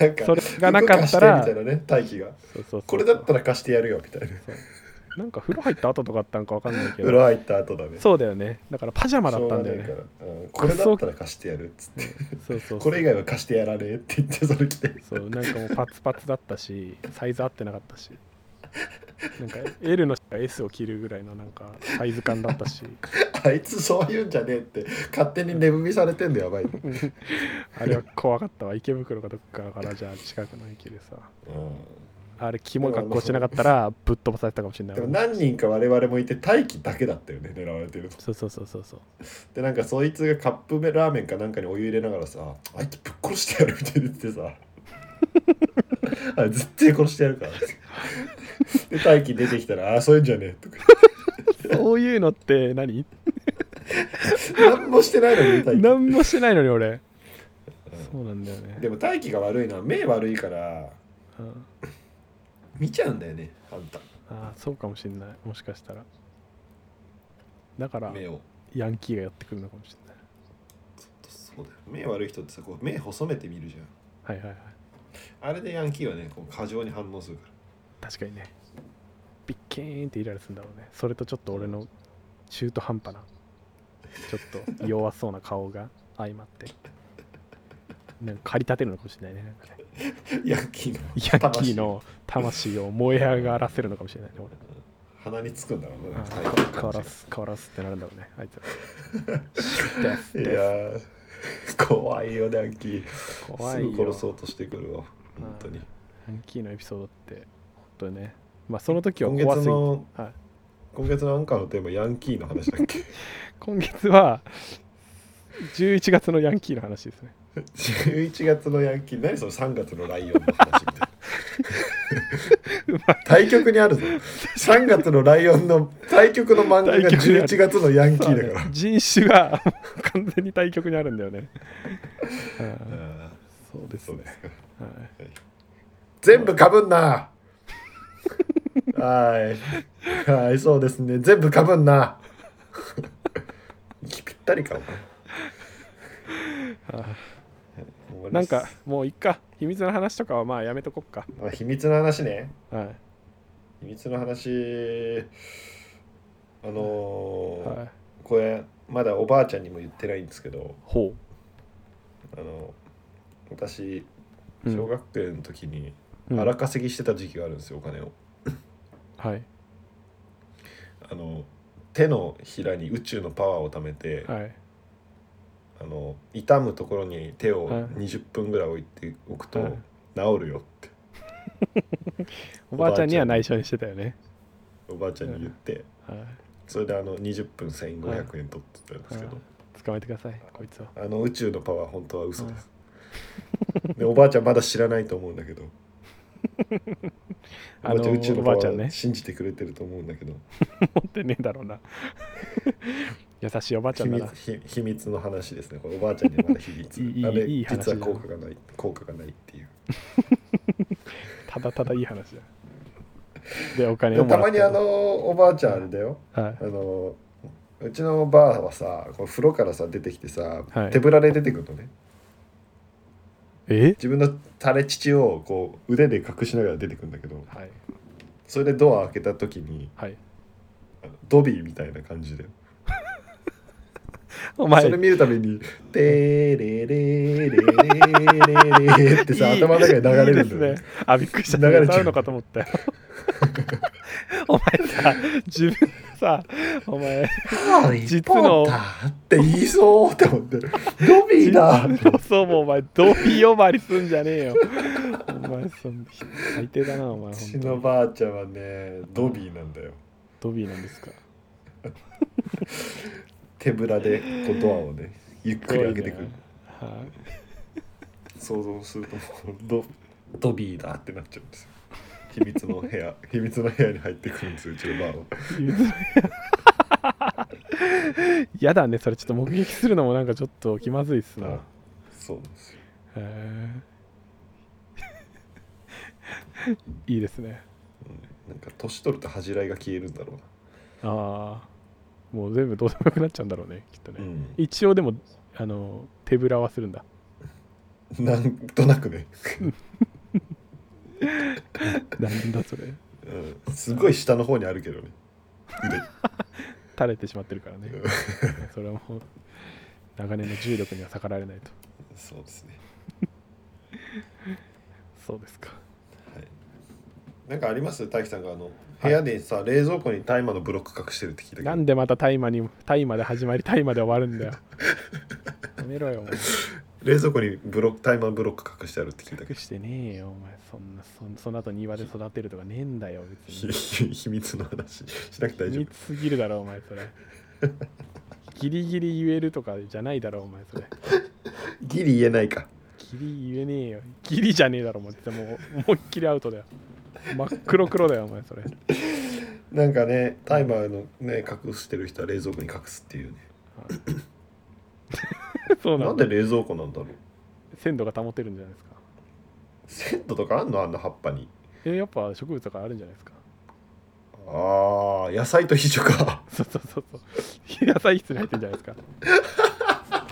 Speaker 2: なんか
Speaker 3: それがなかった
Speaker 2: 服貸
Speaker 3: ら
Speaker 2: してみたいなね大輝が
Speaker 3: そうそうそう
Speaker 2: これだったら貸してやるよみたいな
Speaker 3: なんか風呂入った後とかあったんかわかんないけ
Speaker 2: 風呂
Speaker 3: ど
Speaker 2: 入った後だね
Speaker 3: そうだよねだからパジャマだ
Speaker 2: しょ
Speaker 3: っ
Speaker 2: う
Speaker 3: た
Speaker 2: が
Speaker 3: んだ
Speaker 2: な
Speaker 3: よ
Speaker 2: いか
Speaker 3: ね
Speaker 2: ら、うんこれだったら貸してやるっつって
Speaker 3: そうそう
Speaker 2: こ
Speaker 3: そう
Speaker 2: れ以外は貸してやらねえって言ってそれ来て
Speaker 3: そうなんかもうパツパツだったしサイズ合ってなかったしなんか L の人が S を切るぐらいのなんかサイズ感だったし
Speaker 2: あいつそういうんじゃねえって勝手に寝踏みされてんのやばいね、
Speaker 3: あれは怖かったわ池袋かどっかからじゃあ近くの駅でさあれキモい格好してなかったらぶっ飛ばされてたかもしれな
Speaker 2: でも
Speaker 3: い
Speaker 2: 何人か我々もいて大輝だけだったよね狙われてると
Speaker 3: そうそうそうそうそう
Speaker 2: でなんかそいつがカップラーメンかなんかにお湯入れながらさ「あいつぶっ殺してや る」みたいに言ってさあいつ絶対殺してやるからで大輝出てきたら「ああそういうんじゃねえ」とか
Speaker 3: そういうのって何
Speaker 2: 何もしてないのに大輝
Speaker 3: 何もしてないのに俺そうなんだよね
Speaker 2: でも大輝が悪いのは目悪いから
Speaker 3: うん
Speaker 2: 見ちゃうんだよねあんた
Speaker 3: ああそうかもしんないもしかしたらだから
Speaker 2: 目を
Speaker 3: ヤンキーがやってくるのかもしれ
Speaker 2: そうだよ目悪い人ってさこう目細めて見るじゃん
Speaker 3: ないはいはいはい
Speaker 2: あれでヤンキーはねこう過剰に反応するから
Speaker 3: 確かにねビッキーンってイライラするんだろうねそれとちょっと俺の中途半端なちょっと弱そうな顔が相まってなんか駆り立てるのかもしれないねなんかね
Speaker 2: ヤンキーの
Speaker 3: ヤンキーの魂を燃え上がらせるのかもしれないね俺
Speaker 2: 鼻につくんだろうな、
Speaker 3: あ
Speaker 2: 大輝
Speaker 3: ー
Speaker 2: の
Speaker 3: 変わ
Speaker 2: 感
Speaker 3: ら
Speaker 2: じ
Speaker 3: す変わらすってなるんだろうねあいつらです
Speaker 2: い
Speaker 3: で
Speaker 2: や
Speaker 3: す
Speaker 2: ー怖いよヤンキー
Speaker 3: 怖
Speaker 2: す
Speaker 3: い
Speaker 2: ぐ
Speaker 3: よ
Speaker 2: 殺そうとしてくるわ本当に
Speaker 3: ヤンキーのエピソードって本当ねまあその時は
Speaker 2: 今
Speaker 3: 怖す
Speaker 2: 月
Speaker 3: ぎて
Speaker 2: の
Speaker 3: はい
Speaker 2: 今月のアンカーのテーマヤンキーの話 だっけ
Speaker 3: 今月は11月のヤンキーの話ですね
Speaker 2: 11月のヤンキー何その3月のライオンの話 みたいな対局にあるぞ3月のライオンの対局の漫画が
Speaker 3: 対局にある
Speaker 2: 11月のヤンキ
Speaker 3: そう
Speaker 2: ー
Speaker 3: ね
Speaker 2: だから
Speaker 3: 人種が完全に対局にあるんだよね。うん
Speaker 2: あ
Speaker 3: そうで
Speaker 2: ー
Speaker 3: す
Speaker 2: そう
Speaker 3: ね
Speaker 2: で。すか
Speaker 3: はい
Speaker 2: 全部かぶんなはいはいそうですね全部かぶんな息ぴったりか
Speaker 3: あ
Speaker 2: お前
Speaker 3: ーなんかもういっか秘密の話とかはまあやめとこっか。
Speaker 2: あ秘密の話ね
Speaker 3: はい
Speaker 2: 秘密の話あのー
Speaker 3: はい。
Speaker 2: これまだおばあちゃんにも言ってないんですけど
Speaker 3: ほ
Speaker 2: あの私
Speaker 3: う。うん
Speaker 2: 小学生の時に
Speaker 3: うん
Speaker 2: 荒稼ぎしてた時期があるんですよお金を
Speaker 3: はい
Speaker 2: あの手のひらに宇宙のパワーを貯めて、
Speaker 3: はい
Speaker 2: あの痛むところに手を
Speaker 3: はい
Speaker 2: 20分ぐらい置いておくと、
Speaker 3: はい
Speaker 2: 治るよって
Speaker 3: おばあちゃんには内緒にしてたよね。
Speaker 2: おばあちゃんに言って、
Speaker 3: は
Speaker 2: それであの20分1500円取ってたんで
Speaker 3: い
Speaker 2: すけど、
Speaker 3: はい捕まえてくださいこいつを。
Speaker 2: あの宇宙のパワー本当は嘘です。でおばあちゃんまだ知らないと思うんだけど。おば
Speaker 3: あ
Speaker 2: あ
Speaker 3: の
Speaker 2: ちゃん宇宙
Speaker 3: お
Speaker 2: のパ
Speaker 3: ばあ
Speaker 2: ワ
Speaker 3: ち ゃんね
Speaker 2: ー信じてくれてると思うんだけど。
Speaker 3: 持ってねえだろうな。 優しいおばあちゃ
Speaker 2: 秘
Speaker 3: んだ
Speaker 2: 密
Speaker 3: な。
Speaker 2: ひ秘密の話ですね。これおばあちゃんにはまだ秘密。
Speaker 3: いい
Speaker 2: あれ
Speaker 3: いい話
Speaker 2: 実
Speaker 3: だ
Speaker 2: は効果がない効果がないっていう。
Speaker 3: ただただいい話だ。でお金を
Speaker 2: で
Speaker 3: も
Speaker 2: た
Speaker 3: ら
Speaker 2: ま
Speaker 3: っ
Speaker 2: に
Speaker 3: てる
Speaker 2: あのおばあちゃんあれだよ。
Speaker 3: はい
Speaker 2: あのうちのおばあはさ、こう風呂からさ出てきてさ、
Speaker 3: はい
Speaker 2: 手ぶらで出てくるのね。
Speaker 3: え
Speaker 2: 自分の垂れ乳をこう腕で隠しながら出てくるんだけど、
Speaker 3: はい
Speaker 2: それでドア開けた時に
Speaker 3: はい。
Speaker 2: あのドビーみたいな感じで。
Speaker 3: お前
Speaker 2: それ見るために「テレレレレレレ」ってさ
Speaker 3: いい
Speaker 2: 頭の中に流れるんだよ
Speaker 3: いいですねあびっくりした
Speaker 2: 流れちゃう
Speaker 3: 歌うのかと思ったよ お前さ自分さお前実の
Speaker 2: って言いそうって思ってるドビーだ
Speaker 3: そうもうお前どうい呼ばりすんじゃねえよお前そん最低だなお前
Speaker 2: 私
Speaker 3: 本
Speaker 2: の
Speaker 3: 当
Speaker 2: ばあちゃんはねドビーなんだよ
Speaker 3: ドビーなんですか
Speaker 2: 手ぶらでこうドアをねゆっくり開けてくる
Speaker 3: すごいねはい
Speaker 2: 想像するともうドドビーだってなっちゃうんですよ秘密の部屋 秘密の部屋に入ってくるんですようちのばあは
Speaker 3: やだねそれちょっと目撃するのもなんかちょっと気まずいっすな、
Speaker 2: あそうなんですよ
Speaker 3: へえ いいですね
Speaker 2: なんか年取ると恥じらいが消えるんだろ
Speaker 3: ああもう全部どうでもよくなっちゃうんだろうねきっとね、
Speaker 2: うな、うん
Speaker 3: 一応でもあの手ぶらはするんだ
Speaker 2: なんとなくね、
Speaker 3: なんだそれ
Speaker 2: うん、すごい下の方にあるけどね
Speaker 3: 垂れてしまってるからね それはもう長年の重力には逆らえないと
Speaker 2: そうですね
Speaker 3: そうですか
Speaker 2: なんかあります大樹さんがあの部屋でさ、冷蔵庫に大麻のブロック隠してるって聞いたけ
Speaker 3: な
Speaker 2: ど
Speaker 3: んでまた大麻に大麻で始まり大麻で終わるんだよやめろよお前
Speaker 2: 冷蔵庫にブロック大麻のブロック隠してあるって聞いた け
Speaker 3: 隠してねえよお前そんなそんその後庭で育てるとかねえんだよ別
Speaker 2: ど
Speaker 3: に
Speaker 2: ひ秘密の話しなくて大
Speaker 3: 秘
Speaker 2: 丈
Speaker 3: 密すぎるだろお前 それギリギリ言えるとかじゃないだろお前それ
Speaker 2: 夫ギリ言えないか
Speaker 3: ギリ言えねえよギリじゃねえだろもうもう思いっきりアウトだよ真っ黒黒だよお前 それ
Speaker 2: なんかねタイマーのね隠してる人は冷蔵庫に隠すっていうね
Speaker 3: そうな
Speaker 2: なんん
Speaker 3: だ
Speaker 2: で冷蔵庫なんだろう
Speaker 3: 鮮度が保てるんじゃないですか
Speaker 2: セットとかあんのあんな葉っぱに
Speaker 3: えやっぱ植物とかあるんじゃないですか
Speaker 2: あー野菜と一緒か
Speaker 3: そうそうそうそう野菜室に入ってるんじゃないですか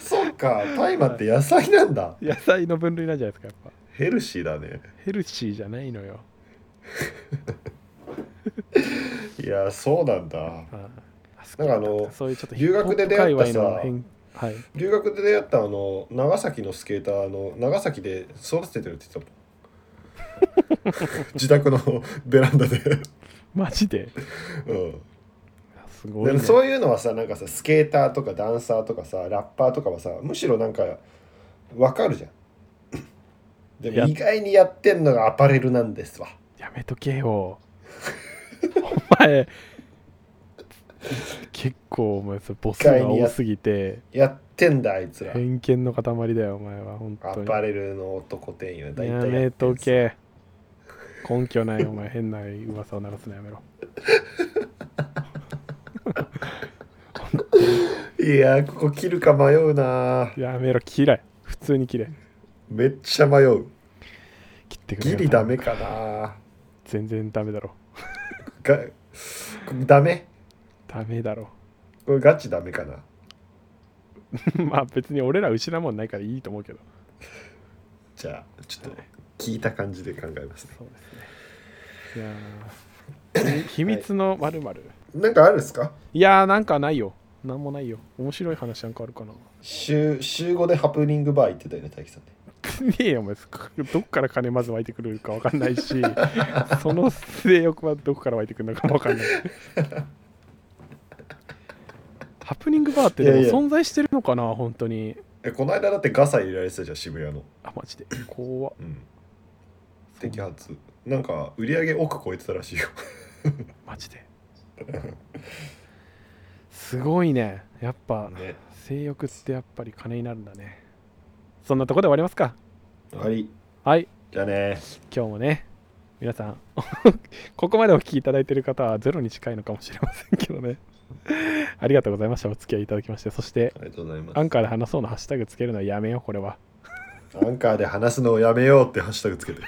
Speaker 2: そっかタイマーって野菜なんだ
Speaker 3: 野菜の分類なんじゃないですかやっぱ
Speaker 2: ヘルシーだね
Speaker 3: ヘルシーじゃないのよ
Speaker 2: いやそうなんだ
Speaker 3: あー
Speaker 2: なんかあの
Speaker 3: そういうちょっと
Speaker 2: 留学で出会ったさ
Speaker 3: ヒップホップ界隈の変はい
Speaker 2: 留学で出会ったあの長崎のスケーターの長崎で育ててるって言ってた もん自宅のベランダで、
Speaker 3: マジで
Speaker 2: うん、
Speaker 3: すごい、
Speaker 2: で
Speaker 3: ね、
Speaker 2: もそういうのはさなんかさスケーターとかダンサーとかさラッパーとかはさむしろなんかわかる じゃんで
Speaker 3: いや
Speaker 2: も意外にやってんのがアパレルなんですわ
Speaker 3: やめとけよお前結構お前それボスが多すぎて
Speaker 2: やってんだあいつら
Speaker 3: 偏見の塊だよお前は本
Speaker 2: ア
Speaker 3: 当に
Speaker 2: パレルの男店員は大体
Speaker 3: や
Speaker 2: ってんす
Speaker 3: めとけ根拠ないお前変な噂を流すのやめろ
Speaker 2: いやーここ切るか迷うな
Speaker 3: やめろ嫌い普通に嫌い
Speaker 2: めっちゃ迷う
Speaker 3: 切ってくれ
Speaker 2: ギ
Speaker 3: よ
Speaker 2: リダメかな
Speaker 3: 全然ダメだろ
Speaker 2: がダメ
Speaker 3: ダメだろ
Speaker 2: これガチダメかな
Speaker 3: まあ別に俺ら失うもんないからいいと思うけど
Speaker 2: じゃあちょっと聞いた感じで考えますね
Speaker 3: そうですねい やー秘密のまる
Speaker 2: なんかあるんすか
Speaker 3: いやーなんかないよ。なんもないよ。面白い話なんかあるかな。
Speaker 2: 週週5でハプニングバー行ってたよね大樹さんね
Speaker 3: ねえよ、お前。どっから金まず湧いてくるかわかんな いし、その性欲はどこから湧いてくるのかも わかんない。ハプニングバーってでも
Speaker 2: いやいや
Speaker 3: 存在してるのかな、本当に。
Speaker 2: えこの間だってガサ入れられてたじゃん渋谷の
Speaker 3: あ、マジで。怖っ
Speaker 2: うん摘発なんか売り上げ億超えてたらしいよ
Speaker 3: マジで。すごいね。やっぱ、
Speaker 2: ね
Speaker 3: 性欲ってやっぱり金になるんだね。そんなとこで終わりますか。
Speaker 2: はい
Speaker 3: はい。
Speaker 2: じゃあね
Speaker 3: 今日もね皆さん ここまでお聞きいただいている方はゼロに近いのかもしれませんけどね ありがとうございましたお付き合いいただきましてそして
Speaker 2: ありがとうございます
Speaker 3: アンカーで話そうのハッシュタグつけるのはやめようこれは
Speaker 2: アンカーで話すのをやめようってハッシュタグ つけて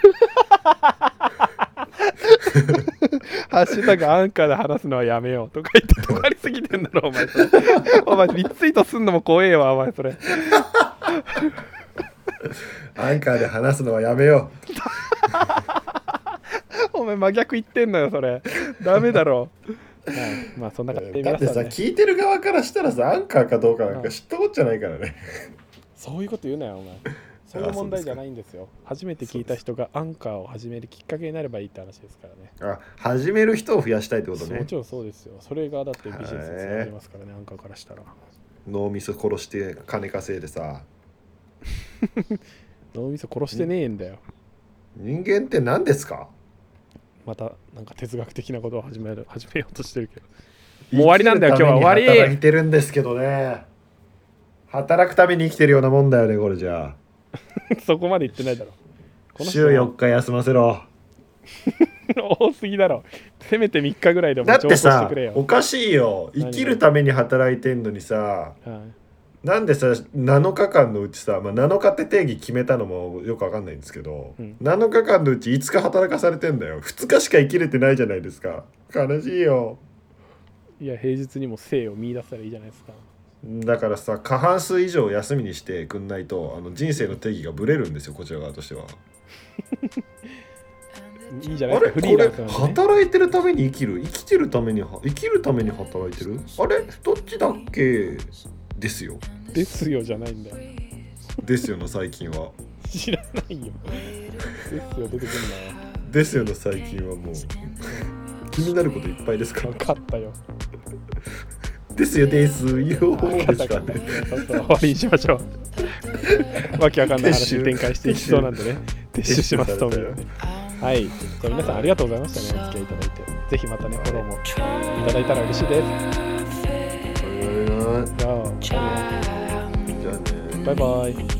Speaker 3: ハッシュタグアンカーで話すのはやめようとか言って止まりすぎてんだろお前それ お前リツイートすんのも怖えわお前それ
Speaker 2: アンカーで話すのはやめよう
Speaker 3: お前真逆言ってんのよそれダメだ ろはいまあそんな感じで
Speaker 2: だ
Speaker 3: 皆
Speaker 2: って
Speaker 3: さ
Speaker 2: さ
Speaker 3: ん、ね、
Speaker 2: 聞いてる側からしたらさアンカーかどうかなんか知ったことじゃないからね
Speaker 3: そういうこと言うなよお 前そういう問題じゃないんですよ初めて聞いた人がアンカーを始めるきっかけになればいいって話ですからね
Speaker 2: あ始める人を増やしたいってこと
Speaker 3: も
Speaker 2: ね
Speaker 3: ちろんそうですよそれがだってビジネスにつながりますからねアンカーからしたら
Speaker 2: 脳みそ殺して金稼いでさ
Speaker 3: 脳みそ殺してねえんだよ
Speaker 2: 人間って何ですか
Speaker 3: またなんか哲学的なことを始める始めようとしてるけどもう終わりなんだよ今日は終わ
Speaker 2: 生き
Speaker 3: り
Speaker 2: るために働いてるんですけどね働くために生きてるようなもんだよねこれじゃ
Speaker 3: そこまで言ってないだろ
Speaker 2: あ
Speaker 3: この人
Speaker 2: 週4日休ませろ
Speaker 3: 多すぎだろせめて3日ぐらいでも
Speaker 2: だっ
Speaker 3: 情報
Speaker 2: て
Speaker 3: して
Speaker 2: さ
Speaker 3: くれよ
Speaker 2: おかしいよ生きるために働いてんのにさ
Speaker 3: はい
Speaker 2: なんでさ7日間のうちさ、まあ、7日って定義決めたのもよくわかんないんですけど、
Speaker 3: うん
Speaker 2: 7日間のうち5日働かされてんだよ2日しか生きれてないじゃないですか悲しいよ
Speaker 3: いや平日にも性を見出したらいいじゃないですか
Speaker 2: だからさ過半数以上休みにしてくんないとあの人生の定義がぶれるんですよこちら側としては。
Speaker 3: いいじゃ
Speaker 2: あ
Speaker 3: ないで
Speaker 2: れ
Speaker 3: すか
Speaker 2: こ
Speaker 3: フリーラ
Speaker 2: れ
Speaker 3: ンスなんで、ね、
Speaker 2: 働いてるために生きる生きてるためには生きるために働いてるあれどっちだっけですよ
Speaker 3: ですよじゃないんだよ
Speaker 2: ですよの最近は
Speaker 3: 知らないよ。ですよ、出てくんな
Speaker 2: ですよの最近はもう気になることいっぱいですか
Speaker 3: よ。
Speaker 2: ら
Speaker 3: 分かったよ。
Speaker 2: ですよです よ
Speaker 3: 分か
Speaker 2: で
Speaker 3: った
Speaker 2: す
Speaker 3: か。
Speaker 2: からね
Speaker 3: そろそろ終わりにしましょ う。わけわかんない話
Speaker 2: 撤収
Speaker 3: 展開していきそうなんでね。撤収します、トミーはね。はい。じゃあ皆さんありがとうございましたね。お付き合いいただいて。ぜひまたね、フォローもいただいたら嬉しいです。
Speaker 2: うん
Speaker 3: じゃあ、
Speaker 2: じゃあね
Speaker 3: バイバイ。